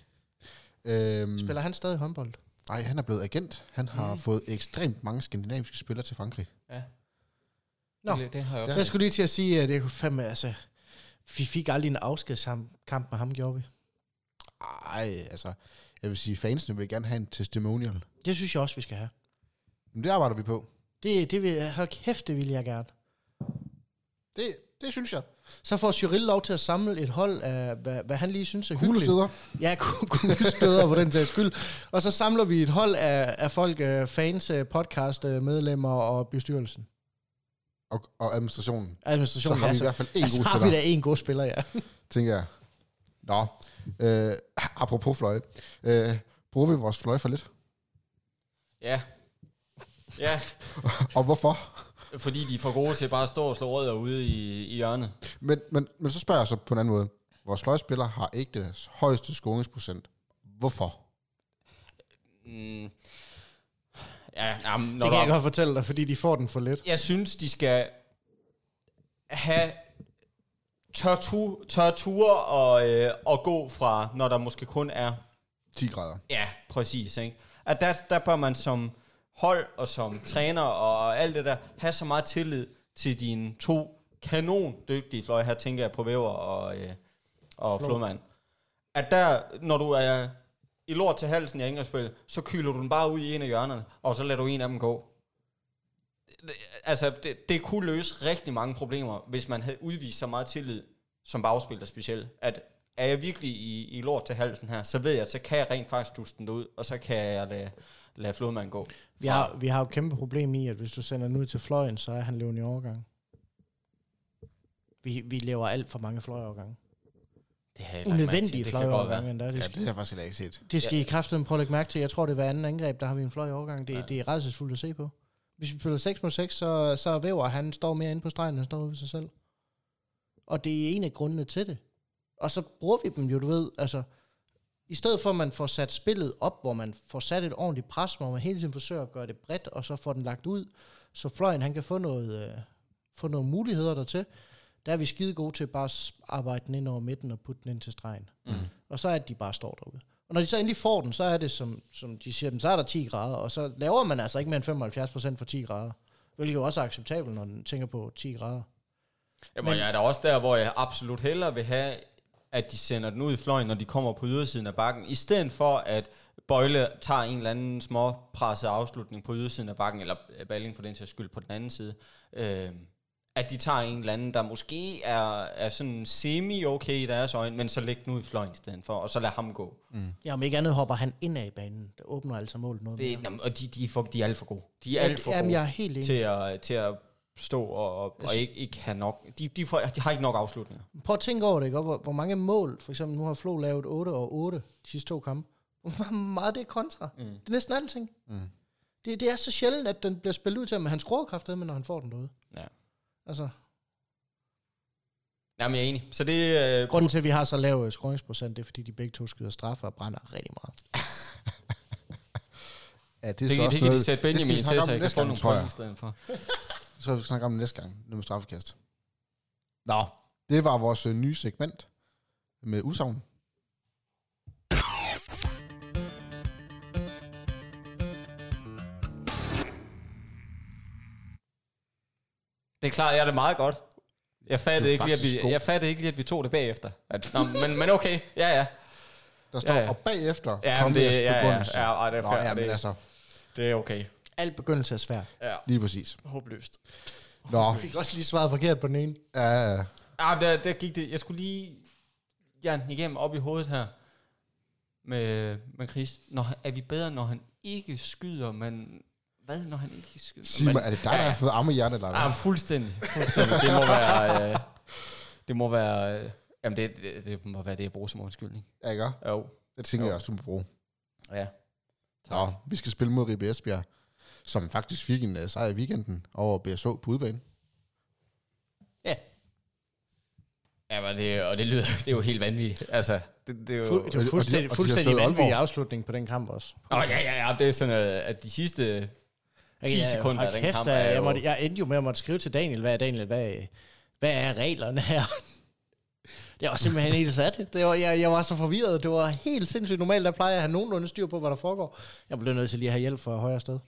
A: Øhm,
C: Spiller han stadig håndbold?
A: nej, han er blevet agent. Han har
B: Mm.
A: mm. fået ekstremt mange skandinaviske spillere til Frankrig.
C: Nå.
B: Det, det har jeg
C: Ja.
B: også.
C: Så jeg skulle lige til at sige, at det kunne fandme, altså, vi fik aldrig en afskedskamp med ham, gjorde vi.
A: Ej, altså, jeg vil sige, fansene vil gerne have en testimonial.
C: Det synes jeg også, vi skal have.
A: Men det arbejder vi på.
C: Det, det vil, hold kæft, det vil jeg gerne.
A: Det, det synes jeg.
C: Så får Cyril lov til at samle et hold af, hvad, hvad han lige synes er hyggeligt.
A: Kuglestøder.
C: Ja, ku- kuglestøder på den sags skyld. Og så samler vi et hold af, af folk, øh, fans, øh, podcast, øh, medlemmer og bestyrelsen.
A: Og, og administrationen. Så
C: Administrationen,
A: har vi i
C: ja,
A: hvert fald en
C: ja, så
A: god
C: har vi
A: spiller,
C: da en god spiller, ja.
A: tænker jeg. Nå, øh, apropos fløje. Øh, bruger vi vores fløje for lidt?
B: Ja. Ja.
A: Og hvorfor?
B: fordi de er for gode til bare at stå og slå rødder ude i, i hjørnet.
A: Men, men, men så spørger jeg så på en anden måde. Vores fløjspiller har ikke deres højeste scoringsprocent. Hvorfor?
B: Mm. Ja, jamen, når
C: det
B: du
C: kan jeg godt fortælle dig, fordi de får den for lidt.
B: jeg synes, de skal have tørtur, tørtur og, øh, og gå fra, når der måske kun er
A: 10 grader.
B: Ja, præcis. Ikke? At der, der bør man som hold og som træner og alt det der, have så meget tillid til dine to kanon dygtige fløje. Her tænker jeg på Væver og, øh, og Flodmand. At der, når du er i lort til halsen i angrebsspil, så kyler du den bare ud i en af hjørnerne, og så lader du en af dem gå. Det- Altså, det, det kunne løse rigtig mange problemer, hvis man havde udvist så meget tillid som bagspiller specielt, at er jeg virkelig i, i lort til halsen her, så ved jeg, så kan jeg rent faktisk duste den ud, og så kan jeg lade, lade flodmanden gå.
C: Vi har, vi har jo et kæmpe problem i, at hvis du sender den ud til fløjen, så er han levende i overgang. Vi, vi laver alt for mange fløjovergange.
B: Det har jeg lagt mærke til.
C: Unødvendige
B: Det kan godt
C: fløjovergange endda. Det
A: Ja,
C: skal,
A: det har jeg faktisk heller ikke set.
C: det skal I kraftigt prøve at lægge mærke til. Jeg tror, det er hver anden angreb, der har vi en fløjovergang. Det,
B: Ja.
C: det er redselsfuldt at se på. Hvis vi spiller 6 mod 6, så, så væver han står mere inde på stregen, end han står ude ved sig selv. Og det er en af grundene til det. Og så bruger vi dem jo, du ved, altså... I stedet for, at man får sat spillet op, hvor man får sat et ordentligt pres, hvor man hele tiden forsøger at gøre det bredt, og så får den lagt ud, så fløjen han kan få noget, øh, få nogle muligheder dertil. Der er vi skide gode til bare at s- arbejde den ind over midten og putte den ind til stregen.
B: Mm.
C: Og så er det, de bare står derude. Og når de så endelig får den, så er det, som, som de siger, dem, så er der 10 grader, og så laver man altså ikke mere end 75 procent for 10 grader. Hvilket jo også er acceptabelt, når man tænker på 10 grader.
B: Jamen, jeg er da også der, hvor jeg absolut hellere vil have, at de sender den ud i fløjen, når de kommer på ydersiden af bakken, i stedet for, at Bøjle tager en eller anden små presset afslutning på ydersiden af bakken, eller Balling for den sags skyld på den anden side. Øh, at de tager en eller anden, der måske er, er sådan semi-okay i deres øjne, men så læg den ud i fløjen i stedet for, og så lad ham gå.
C: Ja, om ikke andet hopper han indad i banen. Det åbner altså målet noget
B: Mm. Det,
C: mere.
B: jamen, og de, de, er for, de er alt for gode. De er alt for
C: Jamen,
B: gode
C: jeg er helt enig.
B: til, at, til at stå og, og, og ikke, ikke have nok. De, de, får, de har ikke nok afslutninger.
C: Prøv at tænke over det, ikke? Og Hvor, hvor mange mål, for eksempel nu har Flo lavet 8 og 8 de sidste to kampe. Hvor meget det er kontra. Mm. Det er næsten alting. Mm. Det, det er så sjældent, at den bliver spillet ud til ham, men han skruer kraftedeme, når han får den derude.
B: Ja.
C: Altså,
B: Jamen, jeg er enig. Så det... Øh,
C: grunden til, at vi har så lav øh, scoringsprocent, det er, fordi de begge to skyder straffer og brænder rigtig meget.
A: Ja, det er
B: det,
A: så
B: kan-
A: også
B: det kan
A: noget,
B: de sætte
A: det skal vi
B: Benjamin til,
A: snakke om
B: så jeg kan
A: næste
B: få
A: gang,
B: nogle
A: tror
B: point
A: jeg.
B: i stedet for.
A: Så vi skal snakke om det næste gang, det med straffekast. Nå, det var vores øh, nye segment med usagn.
B: Det er klart, jeg er det meget godt. Jeg
A: Du er
B: fattede, ikke lige, at
A: faktisk
B: vi,
A: god.
B: jeg fattede ikke lige, at vi tog det bagefter. At, nå, men, men okay, ja, ja.
A: Der står, ja,
B: Ja,
A: ja.
B: ja.
A: og bagefter
B: Ja,
A: ja, kom
B: men det-
A: jeres
B: ja, ja,
A: begrundelse.
B: ja, ej, det er
A: Nå,
B: fair,
A: ja, men
B: det-
A: altså,
B: Det er okay.
C: Alt begyndelse er svært.
B: Ja,
A: lige præcis.
B: håbløst.
A: Nå,
C: Jeg fik også lige svaret forkert på den ene.
A: ja, ja.
B: Ah, der, der gik det. Jeg skulle lige jern den igennem op i hovedet her med, med Chris. Når, han- er vi bedre, når han ikke skyder, men... Hvad, når han ikke skyder?
A: sig mig, er det dig, der
B: Ja, ja.
A: har fået arme i hjertet, eller hvad?
B: Ah, fuldstændig. fuldstændig. Det må være... Øh, det må være... Øh, jamen, det, det, det, må være det, jeg bruger som undskyldning.
A: Ja, ikke?
B: Jo.
A: Det tænker
B: Jo.
A: jeg også, du må bruge.
B: Ja.
A: Nå, vi skal spille mod Ribe Esbjerg, som faktisk fik en uh, sejr i weekenden over BSO på udebane.
B: Ja, men det, og det lyder, det er jo helt vanvittigt. Altså, det, det er jo...
C: Fu- det
A: og
C: var
A: de- og de
C: fuldstændig,
A: har
C: fuldstændig
A: slået
C: vanvittig
A: Aalborg.
C: afslutning på den kamp også.
B: Nå, ja, ja, ja, det er sådan, øh, at de sidste... 10
C: Ja,
B: sekunder
C: hold
B: af den
C: kæft,
B: kamp
C: da,
B: er
C: jeg,
B: jo-
C: måtte, jeg endte jo med at måtte skrive til Daniel, hvad er, Daniel, hvad, hvad er reglerne her? Jeg var simpelthen helt sat. Det var, jeg, jeg var så forvirret. Det var helt sindssygt normalt. Der plejer jeg at have nogenlunde styr på, hvad der foregår. Jeg blev nødt til lige at have hjælp fra højre sted.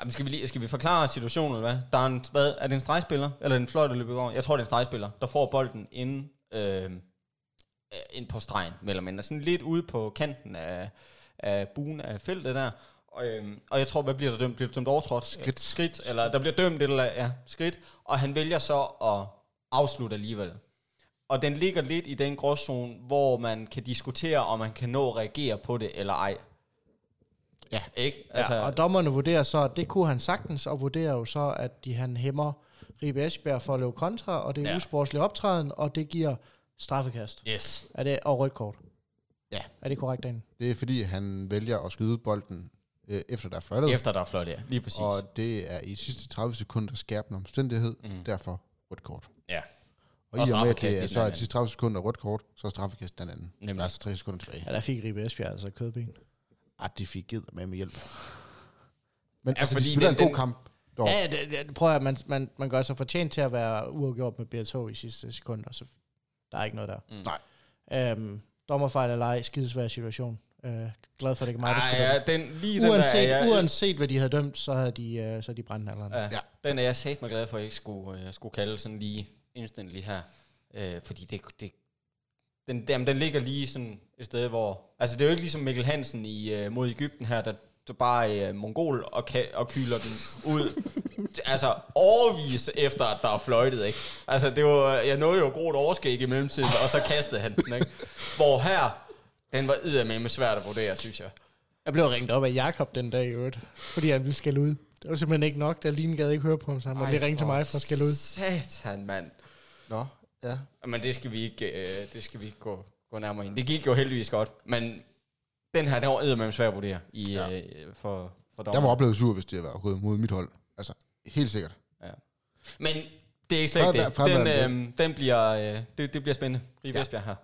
B: Jamen, skal, vi lige, skal vi forklare situationen, eller hvad? Der er en, hvad, er det en stregspiller, eller en fløj, der løber over? Jeg tror, det er en stregspiller, der får bolden inden, øh, ind på stregen, mellem eller mindre. Sådan lidt ude på kanten af, af buen af feltet der. Og, øhm, og jeg tror, hvad bliver der dømt? Bliver der dømt overtrådt?
A: Skridt.
B: skridt. Eller der bliver dømt et eller ja, skridt. Og han vælger så at afslutte alligevel. Og den ligger lidt i den gråzone, hvor man kan diskutere, om man kan nå at reagere på det eller ej. Ja, ikke?
C: Altså, og dommerne vurderer så, at det kunne han sagtens, og vurderer jo så, at de, han hæmmer Ribe Esbjerg for at løbe kontra, og det er ja.
B: Ja.
C: usportslig optræden, og det giver straffekast.
B: yes.
C: Er det, og rødt kort. Ja. Er det korrekt, Daniel?
A: Det er fordi, han vælger at skyde bolden øh, efter der er fløjtet.
B: Efter der er fløjt, ja. Lige præcis. Og,
A: og det er i sidste 30 sekunder skærpende omstændighed,
B: mm.
A: derfor rødt kort.
B: Ja.
A: Og,
B: Og
A: og i og med, at
B: straffekast i
A: det
B: den
A: er, så er
B: anden.
A: de sidste 30 sekunder rødt kort, så er straffekast den anden.
B: Nemlig.
A: Nemlig. Der er så 3 sekunder tilbage.
C: Ja, der fik Ribe Esbjerg altså kødben.
A: Ah, de fik givet med med hjælp. Men ja,
B: Ja,
A: altså, de
B: fordi
A: spiller
B: den-
A: en god
B: den-
A: kamp. Dog.
C: Ja, det, det, prøv at høre, man, man, man gør sig fortjent til at være uafgjort med BRTH i sidste sekund, og så der er ikke noget der.
B: Mm.
A: Nej.
C: Øhm, dommerfejl eller ej, skidesvær situation. Øh, glad for, at det ikke er mig, der
B: Ej,
C: skal
B: ja,
C: dømme.
B: den, lige
C: Uanset,
B: den der, er jeg,
C: uanset hvad de havde dømt, så havde de, øh, så havde de brændt alderen.
B: Ja,
A: Ja.
B: den er jeg sat mig glad for, at jeg ikke skulle, øh, skulle kalde sådan lige instantly her. Øh, fordi det, det den, jamen, den ligger lige sådan et sted, hvor... Altså, det er jo ikke ligesom Mikkel Hansen i, øh, mod Ægypten her, der, der bare er øh, mongol og, ka- og kyler den ud. altså, overvis efter, at der er fløjtet, ikke? Altså, det var, jeg nåede jo grot overskæg i mellemtiden, og så kastede han den, ikke? Hvor her, den var eddermame svært at vurdere, synes jeg.
C: Jeg blev ringet op af Jakob den dag i øvrigt, fordi han ville skælde ud. Det var simpelthen ikke nok, da Line gad ikke høre på ham, så han måtte lige ringe til mig for at skælde ud.
B: Satan, mand.
A: Nå, ja.
B: Men det skal vi ikke, øh, det skal vi ikke gå, gå nærmere ind. Det gik jo heldigvis godt, men den her, den var eddermame svær at vurdere i, ja. øh, for, for
A: Jeg
B: dommer.
A: var oplevet sur, hvis de havde været gået mod mit hold. Altså, helt sikkert.
B: Men det er ikke slet ikke det.
A: Fremad- fremad med
B: Den, øh, den bliver, øh, det, det bliver spændende. Ribe
A: Ja.
B: ja. Esbjerg her.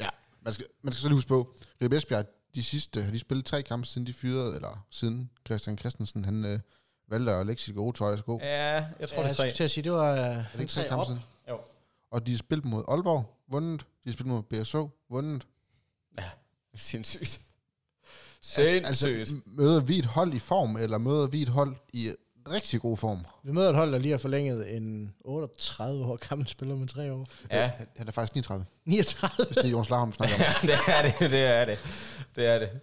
A: Ja. Man skal, man skal så lige huske på, Ribe Esbjerg, de sidste, har de spillet tre kampe, siden de fyrede, eller siden Christian Christensen, han øh, valgte at lægge sit gode tøj og så gå. Ja.
B: Ja, jeg tror, det er
C: Uh. Ja, jeg
B: tre.
C: skulle til at sige, det var... øh,
A: Er det ikke tre
C: tre
A: kampe
C: op.
A: siden?
B: Jo.
A: Og de har spillet mod Aalborg, vundet. De har spillet mod BSO, vundet.
B: Sindssygt.
A: Altså,
B: Sindssygt.
A: altså, møder vi et hold i form, eller møder vi et hold i rigtig god form?
C: Vi møder et hold, der lige har forlænget en 38 år gammel spiller med tre år.
B: ja.
A: Øh, Han- Han er faktisk 39,
C: 39?
A: hvis det er Jons Larholm snakker om.
B: ja, det er det, det er det. Det er det.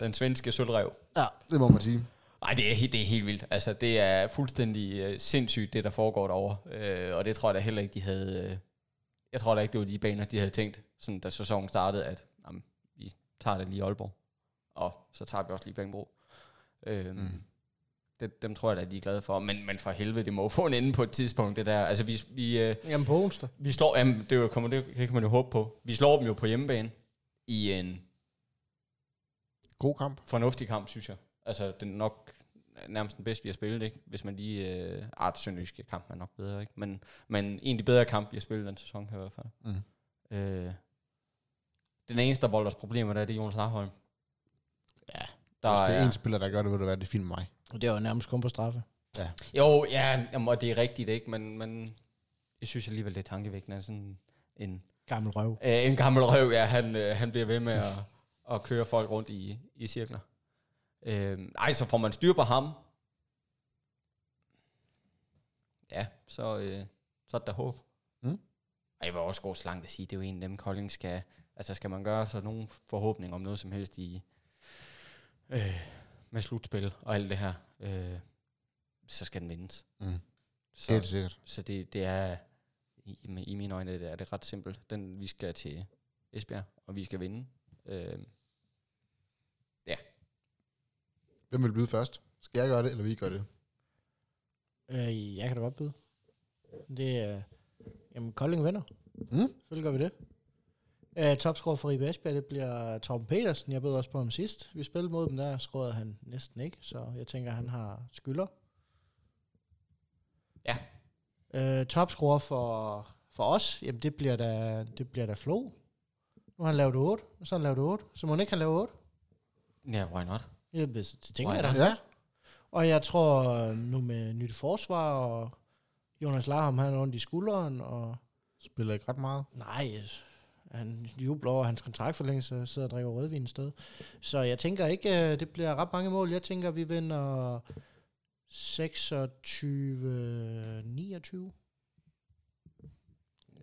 B: Den svenske sølvrev.
A: Ja, det må man sige.
B: Nej, det er, helt, det er helt vildt. Altså, det er fuldstændig øh, sindssygt, det der foregår derovre. Øh, og det tror jeg da heller ikke, de havde... Øh, jeg tror da ikke, det var de baner, de havde tænkt, sådan, da sæsonen startede, at jamen, vi tager det lige i Aalborg, og så tager vi også lige Bangbro. Øh, mm.
A: Mm.
B: det, dem tror jeg da, de er glade for. Men, men for helvede, det må jo få en ende på et tidspunkt, det der. Altså, vi, vi, øh,
C: Jamen på onsdag.
B: vi slår... Jamen, det, er jo- kommer, det, det kan man jo håbe på. Vi slår dem jo på hjemmebane i en
A: God kamp.
B: fornuftig kamp, synes jeg. Altså, den er nok nærmest den bedste, vi har spillet, ikke? Hvis man lige... Øh, ah, det sønderjyske kamp er nok bedre, ikke? Men, men en af de bedre kampe, vi har spillet den sæson her i hvert fald.
A: Mm.
B: Øh, den eneste, der volder os problemer, der er det er Jonas Larholm.
C: Ja,
B: Der
A: Hvis Altså, det er
B: er,
A: en spiller, der gør det, vil det være det er fint med mig.
C: Og det var nærmest kun på straffe.
B: jo, ja, jamen, og det er rigtigt, ikke? Men, men jeg synes alligevel, det er tankevækkende. at Sådan en,
C: Gammel røv.
B: øh, en gammel røv, ja, han, øh, han bliver ved med at, at køre folk rundt i, i cirkler. Øh, ej, så får man styr på ham. Ja, så, øh, så er det da håb.
A: Mm.
B: Og jeg vil også gå så langt at sige, det er jo en af dem, Kolding skal... Altså, skal man gøre sig nogen forhåbning om noget som helst i... Øh, med slutspil og alt det her, øh, så skal den vindes.
A: Mm.
B: Så,
A: Helt sikkert.
B: så det, det er, i, med- i mine øjne, det er det ret simpelt. Den, vi skal til Esbjerg, og vi skal vinde. Øh,
A: Hvem vil byde først? Skal jeg gøre det, eller vi gør det?
C: Øh, jeg kan da godt byde. Det er... Øh, jamen, Kolding vinder.
A: Mm?
C: Selvfølgelig gør vi det. Øh, topscorer for Ribe Esbjerg, det bliver Torben Petersen. Jeg bød også på ham sidst. Vi spillede mod dem der, scorede han næsten ikke. Så jeg tænker, han har skylder.
B: Ja.
C: Øh, topscorer for, for os, jamen det bliver da, det bliver da Flo. Nu har han lavet 8, og så har han lavet 8. Så må han ikke han lave 8?
B: ja, why not?
C: Jamen, det det tænker
B: Why
C: jeg da.
B: not?
A: Ja.
C: Og jeg tror øh, nu med nyt forsvar, og Jonas Larham, han har ondt i skulderen, og
A: Spiller ikke ret meget.
C: nej, han jubler over hans kontraktforlængelse, og sidder og drikker rødvin et sted. Så jeg tænker ikke, øh, det bliver ret mange mål. Jeg tænker, vi vinder 26-29.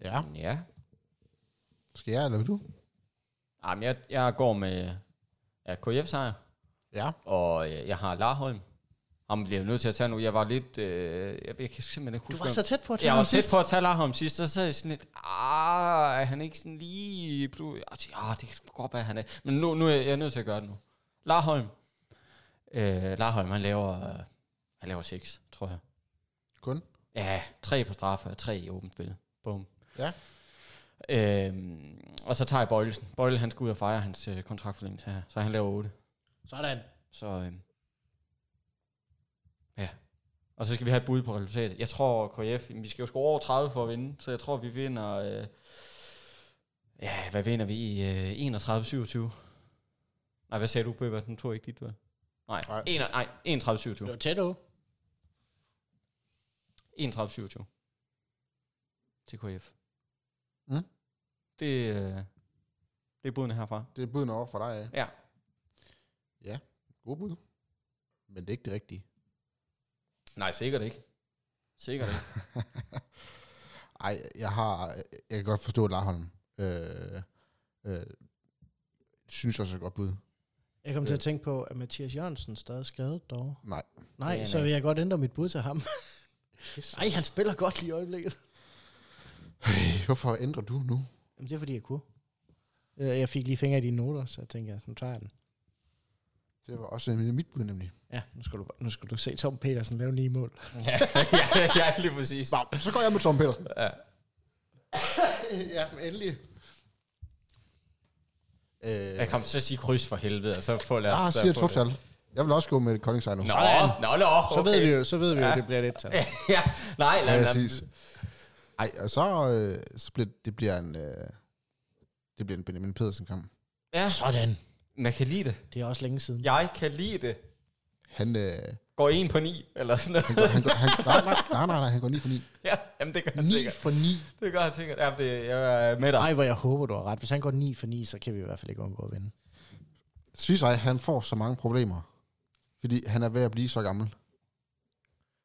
A: Ja.
B: Ja.
A: Skal jeg, eller vil du?
B: Jamen, jeg, jeg går med ja, KF-sejr,
A: Ja.
B: og øh, jeg har Larholm. Ham bliver jeg nødt til at tage nu. Jeg var lidt... Øh, jeg, jeg kan simpelthen ikke
C: Du
B: huske,
C: var
B: hvem-
C: så tæt på at tage
B: Jeg var
C: ham
B: tæt
C: sidst.
B: på at tage Larholm sidst, og så sad jeg sådan lidt, ah, er han ikke sådan lige... blu-" Jeg tænkte, ah, det kan sgu godt være, han er. Men nu, nu er jeg, jeg er nødt til at gøre det nu. Larholm. Øh, Larholm, han laver, øh, han laver 6, tror jeg.
A: Kun?
B: Ja, tre på straffe og tre i åbent spil. Bum.
A: Ja.
B: Øhm, og så tager jeg Bøjlesen. Bøjle, han skal ud og fejre hans øh, kontraktforlængelse her, så han laver 8.
C: Sådan.
B: Så, øh, Og så skal vi have et bud på resultatet. Jeg tror, KF, jamen, vi skal jo score over 30 for at vinde, så jeg tror, vi vinder... Øh, ja, hvad vinder vi i øh, 31-27? Nej, hvad sagde du, Bøber? Den tog ikke dit, vel? Nej,
A: Nej.
B: en- nej, 31-27.
C: Det var tæt på.
B: 31-27 til KF.
A: Mm.
B: Det, øh, det er budene herfra.
A: Det er budene over for dig, ja.
B: Ja.
A: Ja, god bud. Men det er ikke det rigtige.
B: Nej, sikkert ikke. Sikkert ikke.
A: Ej, jeg har... Jeg kan godt forstå Larholm. Øh, øh, synes også er et godt bud.
C: Jeg kom til
A: Øh.
C: at tænke på, at Mathias Jørgensen stadig skadet dog.
A: Nej.
C: Nej,
B: Ja,
C: så
B: nej.
C: vil jeg godt ændre mit bud til ham. Nej, han spiller godt lige i øjeblikket.
A: Øh, Hvorfor ændrer du nu?
C: Jamen, det er fordi, jeg kunne. Øh, Jeg fik lige fingre i dine noter, så jeg tænkte, at nu tager jeg den.
A: Det var også mit bud, nemlig.
C: Ja, nu skal du, nu skal du se Tom Petersen lave ni mål.
B: ja, ja, ja, lige præcis.
A: Nå, så går jeg med Tom Petersen.
B: Ja.
C: ja, men endelig.
A: Øh,
B: Jeg kan så sige kryds for helvede, og så få lad
A: ah,
B: lad os
A: siger
B: få
A: Tuftal. Jeg vil også gå med Kolding Sejnus.
B: det. Nå, nå, nå, okay.
C: Så ved vi jo, så ved vi jo,
B: Ja.
C: at det bliver lidt tal.
B: ja, nej, nej, nej.
A: Præcis. Ej, og så, øh, så bliver det bliver en... Øh, det bliver en Benjamin Pedersen kamp.
B: Ja,
C: Sådan.
B: man kan lide det.
C: Det er også længe siden. Ja.
B: Jeg kan lide det.
A: Han, øh,
B: Går en på ni, eller sådan noget.
A: han, går, han, går, han nej, nej, nej, nej, nej, han går 9 for 9.
B: ja, jamen det gør han
C: 9
B: sikkert.
C: for 9.
B: Det gør han sikkert. Ja, det, jeg er med dig.
C: Nej, hvor jeg håber, du har ret. Hvis han går 9 for 9, så kan vi i hvert fald ikke undgå at vinde.
A: Synes jeg, han får så mange problemer. Fordi han er ved at blive så gammel.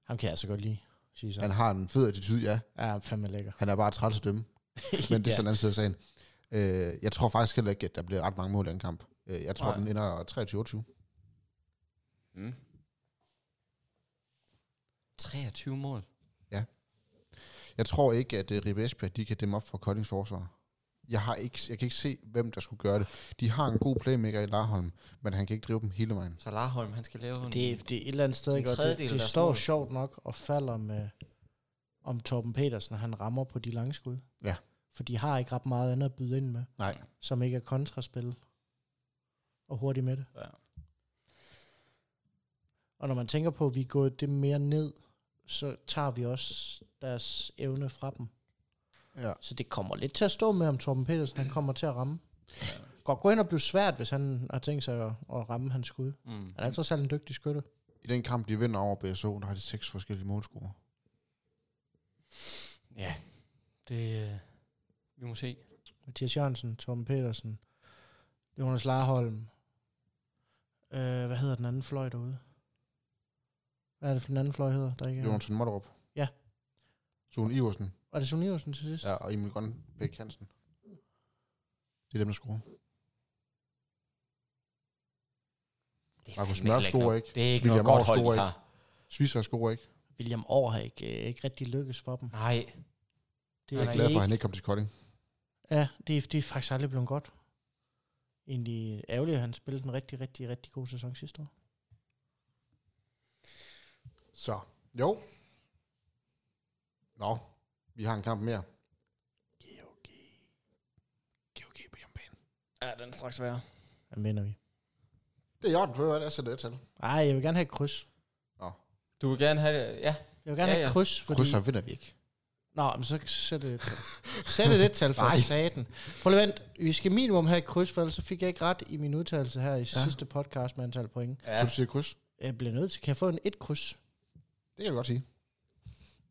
C: Ham kan jeg så godt lide, sige så.
A: Han har en fed attitude, ja.
C: Ja, fandme lækker.
A: Han er bare træt at dømme. Men det er
C: ja.
A: sådan en anden side af sagen. Øh, jeg tror faktisk heller ikke, at der bliver ret mange mål i den kamp. Øh, jeg tror,
B: Nej.
A: nej. den ender 23-28.
B: Mm. 23 mål.
A: Jeg tror ikke, at uh, Ribe Esbjerg, de kan dæmme op for Koldings forsvar. Jeg, har ikke, jeg kan ikke se, hvem der skulle gøre det. De har en god playmaker i Larholm, men han kan ikke drive dem hele vejen.
B: Så Larholm, han skal lave en...
C: Det, det er et eller andet sted,
B: En
C: ikke? Og Det,
B: tredjedel af
C: det
B: deres
C: står
B: mål.
C: sjovt nok og falder med, om Torben Petersen, han rammer på de lange skud.
A: Ja.
C: For de har ikke ret meget andet at byde ind med,
A: Nej.
C: som ikke er kontraspil og hurtigt med det.
B: Ja.
C: Og når man tænker på, at vi er gået det mere ned, så tager vi også deres evne fra dem.
A: Ja.
C: Så det kommer lidt til at stå med, om Torben Petersen han kommer til at ramme. Godt gå hen og blive svært, hvis han har tænkt sig at, at ramme hans skud.
B: Mm.
C: Han er trods alt en dygtig skytte.
A: I den kamp, de vinder over BSO, der har de seks forskellige målscorer.
B: Ja, det... Øh, vi må se.
C: Mathias Jørgensen, Torben Petersen, Jonas Larholm. Øh, hvad hedder den anden fløj derude? Hvad er det for den anden fløj hedder? Der ikke
A: Ja.
C: er?
A: Jonathan Motterup.
C: Ja.
A: Sune Iversen.
C: Var det Sune Iversen til sidst?
A: Ja, og Emil Grønbæk Hansen. Det er dem, der scorer.
B: Det er
A: Markus
B: fandme
A: Mørk
B: ikke
A: scorer
B: nok-
A: ikke.
B: Det er ikke
A: William
B: noget godt
A: Aar
B: hold,
A: scorer
B: de
A: ikke.
B: har.
A: Sviser scorer ikke.
C: William Aar har ikke, øh, ikke rigtig lykkes for dem.
B: Nej.
C: Det
B: Han
A: Jeg er glad for, at han ikke kom til Kolding.
C: Ja, det er, det er faktisk aldrig blevet godt. Egentlig ærgerligt, at han spillede en rigtig, rigtig, rigtig god sæson sidste år.
A: Så, jo. Nå, vi har en kamp mere.
C: GOG.
A: GOG på hjemmebane.
B: Ja, den er straks værre.
C: Hvad mener vi?
A: Det er i orden, prøv at jeg sætter et tal.
C: Ej, jeg vil gerne have et kryds.
B: Du vil gerne have det, ja.
C: Jeg vil gerne
B: Ja,
C: ja, have et
B: ja.
C: kryds, fordi...
A: Krydser vinder vi ikke.
C: Nå, men så sæt det et tal. Sæt det et tal for
A: Nej.
C: saten. Prøv lige vent. Vi skal minimum have et kryds, for ellers så fik jeg ikke ret i min udtalelse her i ja. sidste podcast med antal point.
A: Ja.
B: ja.
A: Så du siger kryds.
C: Jeg bliver nødt til, kan jeg få en et kryds?
A: Det kan du godt sige.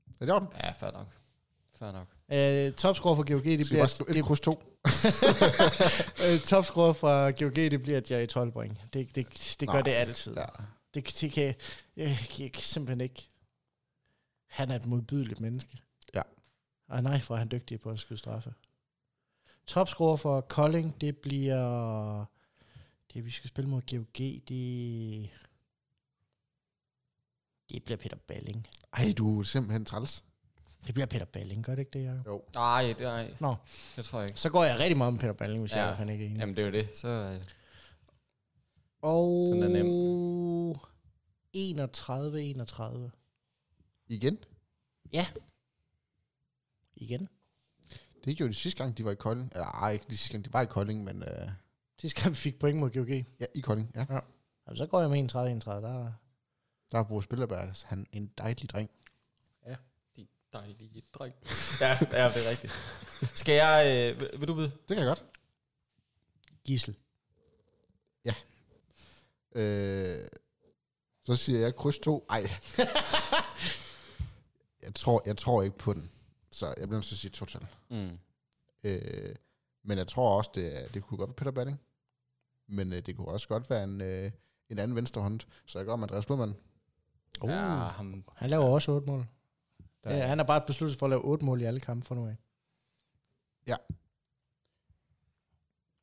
A: Er det i orden?
B: Ja, fair nok. Fair nok.
C: Øh, topscorer for
A: Det
C: GOG, det
A: bliver
C: bliver...
A: bare skrive et kryds to.
C: Øh, topscorer fra GOG, det bliver, at jeg er i 12 point. Det, det, det gør
A: Nej.
C: det altid.
A: Ja.
C: Det, det kan jeg, jeg, kan- jeg kan simpelthen ikke. Han er et modbydeligt menneske.
A: Ja.
C: Og nej, for er han dygtig på at skyde straffe. Topscorer for Kolding, det bliver... Det, vi skal spille mod GOG, det... Det bliver Peter Balling.
A: Ej, du er simpelthen træls.
C: Det bliver Peter Balling, gør det ikke det, Jacob?
A: Jo.
B: Nej, det er nej.
C: Nå.
B: Det tror jeg ikke.
C: Så går jeg rigtig meget om Peter Balling, hvis
B: Ja.
C: ja. jeg han ikke er enig.
B: Jamen, det er jo det. Så, øh,
C: Og...
B: Sådan er
C: 31-31.
A: Igen.
C: Igen.
A: Det gjorde de sidste gang, de var i Kolding. Eller ej, ikke de sidste gang, de var i Kolding, men øh,
C: Sidste gang vi fik point mod GOG.
A: ja, i Kolding. Ja.
C: Jamen, så går jeg med 31-31. Der,
A: Der er Bo Spillerberg, han en dejlig dreng.
B: Din dejlige dreng. ja, ja, det er rigtigt. Skal jeg... Øh, vil- vil du vide?
A: Det kan jeg godt.
C: Gissel.
A: Øh, så siger jeg kryds 2. Ej. jeg, tror, jeg tror ikke på den. Så jeg bliver nødt til at sige total.
B: Mm.
A: Øh, men jeg tror også, det, er- det kunne godt være Peter Banning. Men øh, det kunne også godt være en, øh, en anden venstrehånd. Så jeg går med Andreas Blodmann.
C: Uh,
B: Ja, ham,
C: Han laver også otte mål.
B: der,
C: Ja, han har bare besluttet sig for at lave otte mål i alle kampe for nu af.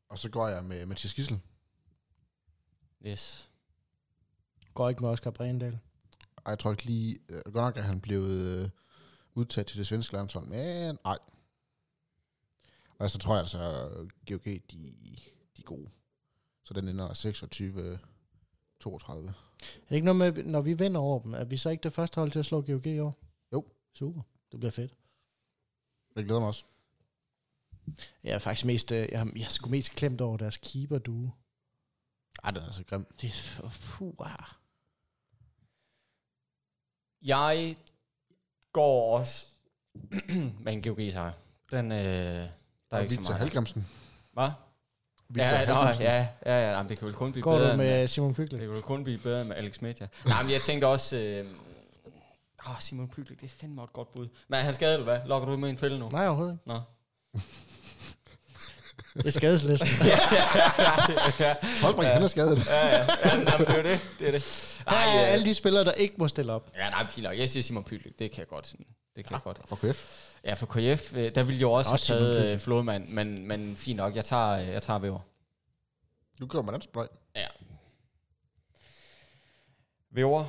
A: Og så går jeg med Mathias Gissel.
B: Yes.
C: Går ikke med Oscar Brindal.
A: Ej, jeg tror ikke lige... Øh, godt nok er han blevet øh, udtaget til det svenske landshold. Men nej. Og så tror jeg altså, at GOG, de, de er gode. Så den ender 26 32.
C: Er det ikke noget med, når vi vinder over dem, at vi så ikke det første hold til at slå GOG i år?
A: Jo.
C: Super. Det bliver fedt.
A: Jeg glæder mig også.
C: Jeg er faktisk mest, øh, jeg, har- jeg er sgu mest klemt over deres keeper due.
A: Ej, den er altså grim.
C: Det er for, puh, ah.
B: Jeg går også med en GOG sejr. Den, øh, der er
A: Og
B: ikke så
A: Victor
B: meget.
A: Halgrimsen.
B: Hvad?
A: Victor
B: Ja, nå,
A: Halgrimsen.
B: ja, ja, ja, jamen, det kan vel kun blive
C: Går
B: bedre
C: du
B: end,
C: med Simon Fygle?
B: det kan vel kun blive bedre med Alex Media. Nej, men jeg tænkte også... Øh, åh, Simon Pyglik, det er fandme et godt bud. Men er han skadet, eller hvad? Lokker du med en fælde nu?
C: Nej, overhovedet ikke.
B: Nå.
C: Det er skadeslisten.
B: ja, ja, ja.
A: Holbring, han er skadet.
B: Ja, ja. ja jamen, det er jo det. Det er det.
C: Der
B: Ej,
C: er
B: øh,
C: alle de spillere, der ikke må stille op.
B: Ja, nej, fint nok. Jeg siger Simon Pytlik. Det kan jeg godt. Sådan. Det kan ja. jeg godt.
A: For KF.
B: Ja, for KF, øh, der ville jeg jo også have
C: Også Ah. Simon
B: taget øh,
C: Pytlik.
B: Flodmand, men, men fint nok. Jeg tager, øh, jeg tager Væver.
A: Nu kører man anden pløj.
B: Ja. Væver.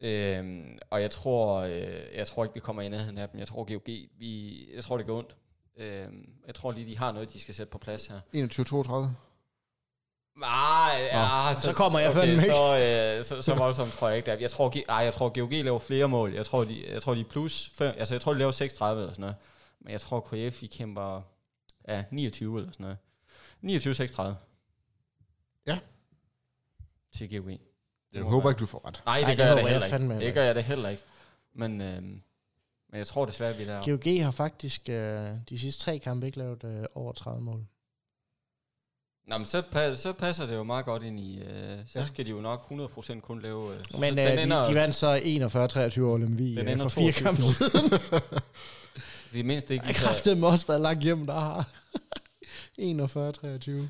B: Øhm, og jeg tror, øh, jeg tror ikke, vi kommer i nærheden af dem. Jeg tror, GOG, vi, jeg tror, det går ondt. Øhm, jeg tror lige, de har noget, de skal sætte på plads her.
A: 21 32.
B: Nej, ja,
C: så kommer jeg fandme ikke.
B: Så, øh, så, så voldsomt tror jeg ikke, det er. Jeg tror, G- ej, jeg tror GOG laver flere mål. Jeg tror, de, jeg tror, de er plus 5. Altså, jeg tror, de laver 36 eller sådan noget. Men jeg tror, KF, I kæmper ja, 29 eller sådan noget. 29-36.
A: Ja.
B: Til GOG. Det
A: Jeg
B: må
A: håber
B: være.
A: ikke, du får ret.
B: Nej,
C: Ej,
B: det
C: det
B: gør jeg da
C: håber jeg
B: heller
C: fandme
B: ikke.
C: heller
B: Det gør jeg da heller ikke. Men, øhm, men jeg tror desværre, vi er der.
C: GOG har faktisk øh, de sidste tre kampe ikke lavet øh, over 30 mål.
B: Nå, men så, pa- så passer det jo meget godt ind i... Øh, så
A: Ja.
B: skal de jo nok 100% kun lave... Øh, så
C: Men
B: den
C: øh, de,
B: ender-
C: de vandt så 41-23 over Lemvi
B: Den
C: øh,
B: ender
C: for fire
B: 22-22.
C: kampe siden.
B: Det er mindst ikke...
C: Jeg kræftede mig også været langt hjem, der har 41-23.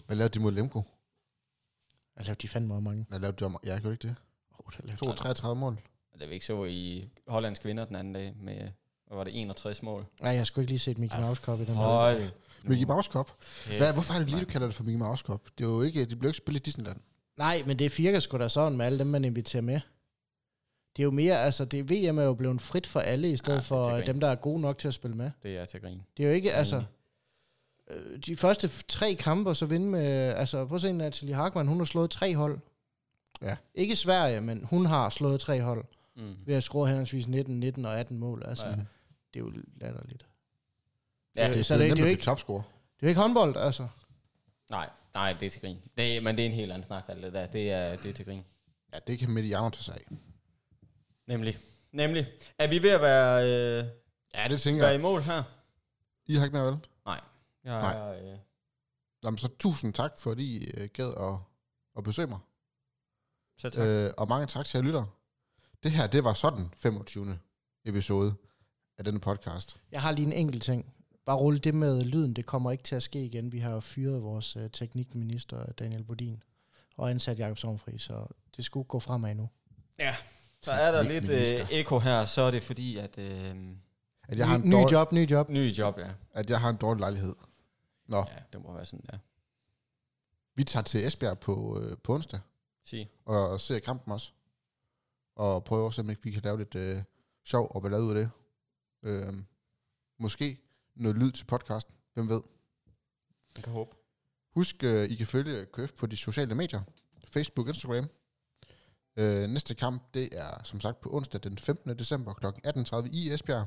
A: Hvad lavede de mod Lemko?
C: Jeg lavede de fandme mange.
A: Hvad lavede de om? Ja, jeg gjorde ikke det.
C: Oh, der lavede
A: 2 33 mål.
B: Det vi ikke så i Hollands kvinder den anden dag med, hvad var det, 61 mål.
C: Nej, jeg skulle ikke lige set Mickey Mouse Cup i den her.
B: Hold.
A: Mickey Mouse Cup. Hvad, hvorfor er det lige,
B: mand.
A: du kalder det for Mickey Mouse Cup? Det, er jo ikke, det blev ikke spillet i Disneyland.
C: Nej, men det virker sgu da sådan med alle dem, man inviterer med. Det er jo mere, altså det, VM er jo blevet frit for alle, i stedet
B: Ja,
C: ja,
B: Ah, det
C: for
B: tænker
C: øh,
B: jeg.
C: dem, der er gode nok til at spille med.
B: Det er til grin.
C: Det er jo ikke,
B: Ja,
C: altså...
B: enig.
C: øh, De første f- tre kampe, og så vinde med... Altså, prøv at se, Natalie Harkman, hun har slået tre hold.
A: Ja.
C: Ikke Sverige, men hun har slået tre hold
B: Mm.
C: ved at score henholdsvis 19, 19 og 18 mål. Altså,
B: Ja.
C: ja. det er jo latterligt.
B: Ja,
C: Øh,
A: Det,
C: så det, det, er jo ikke,
A: topscore.
C: det er jo ikke håndbold, altså.
B: Nej, nej, det er til grin. Det, men det er en helt anden snak, alt det der. Det er, det er til grin.
A: Ja, det kan Mediano tage sig af.
B: Nemlig. Nemlig. Er vi ved at være, øh,
A: Ja, det tænker
B: være
A: jeg.
B: i mål her?
A: I har ikke mere vel?
B: Ja,
A: Nej.
B: øh,
A: Jamen, så tusind tak, fordi I øh, gad at, at besøge mig.
B: så tak. Øh.
A: Øh, og mange tak til jer lyttere. Det her, det var sådan 25. episode af denne podcast.
C: Jeg har lige en enkelt ting. Bare rulle det med lyden, det kommer ikke til at ske igen. Vi har jo fyret vores øh, teknikminister, Daniel Bodin, og ansat Jakob Sovnfri, så det skulle gå fremad nu.
B: Så er der lidt
A: Minister.
B: øh, eko her, så er det fordi, at... Øh,
A: At jeg, har
C: Ny,
A: en
C: ny
A: dårlig,
C: job, ny job.
B: ny job, ja.
A: at jeg har en dårlig lejlighed. Nå,
B: Ja, det må være sådan, der.
A: vi tager til Esbjerg på, øh, på onsdag
B: Sige.
A: og, og ser kampen også. Og prøver at se, om ikke vi kan lave lidt øh, sjov og ballade ud af det. Øh, måske noget lyd til podcasten. Hvem ved?
B: Man kan håbe.
A: Husk, øh, I kan følge KF på de sociale medier. Facebook, Instagram. Øh, næste kamp, det er som sagt på onsdag den 15. december kl. 18.30 i Esbjerg.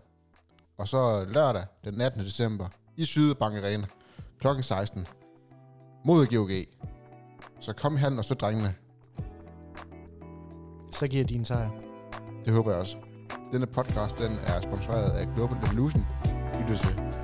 A: Og så lørdag den 18. december i Sydbank Arena kl. 16 mod GOG. Så kom i handen og støt drengene.
C: så giver de en sejr.
A: Det håber jeg også. Denne podcast den er sponsoreret af Global Evolution. Vi lyttes ved.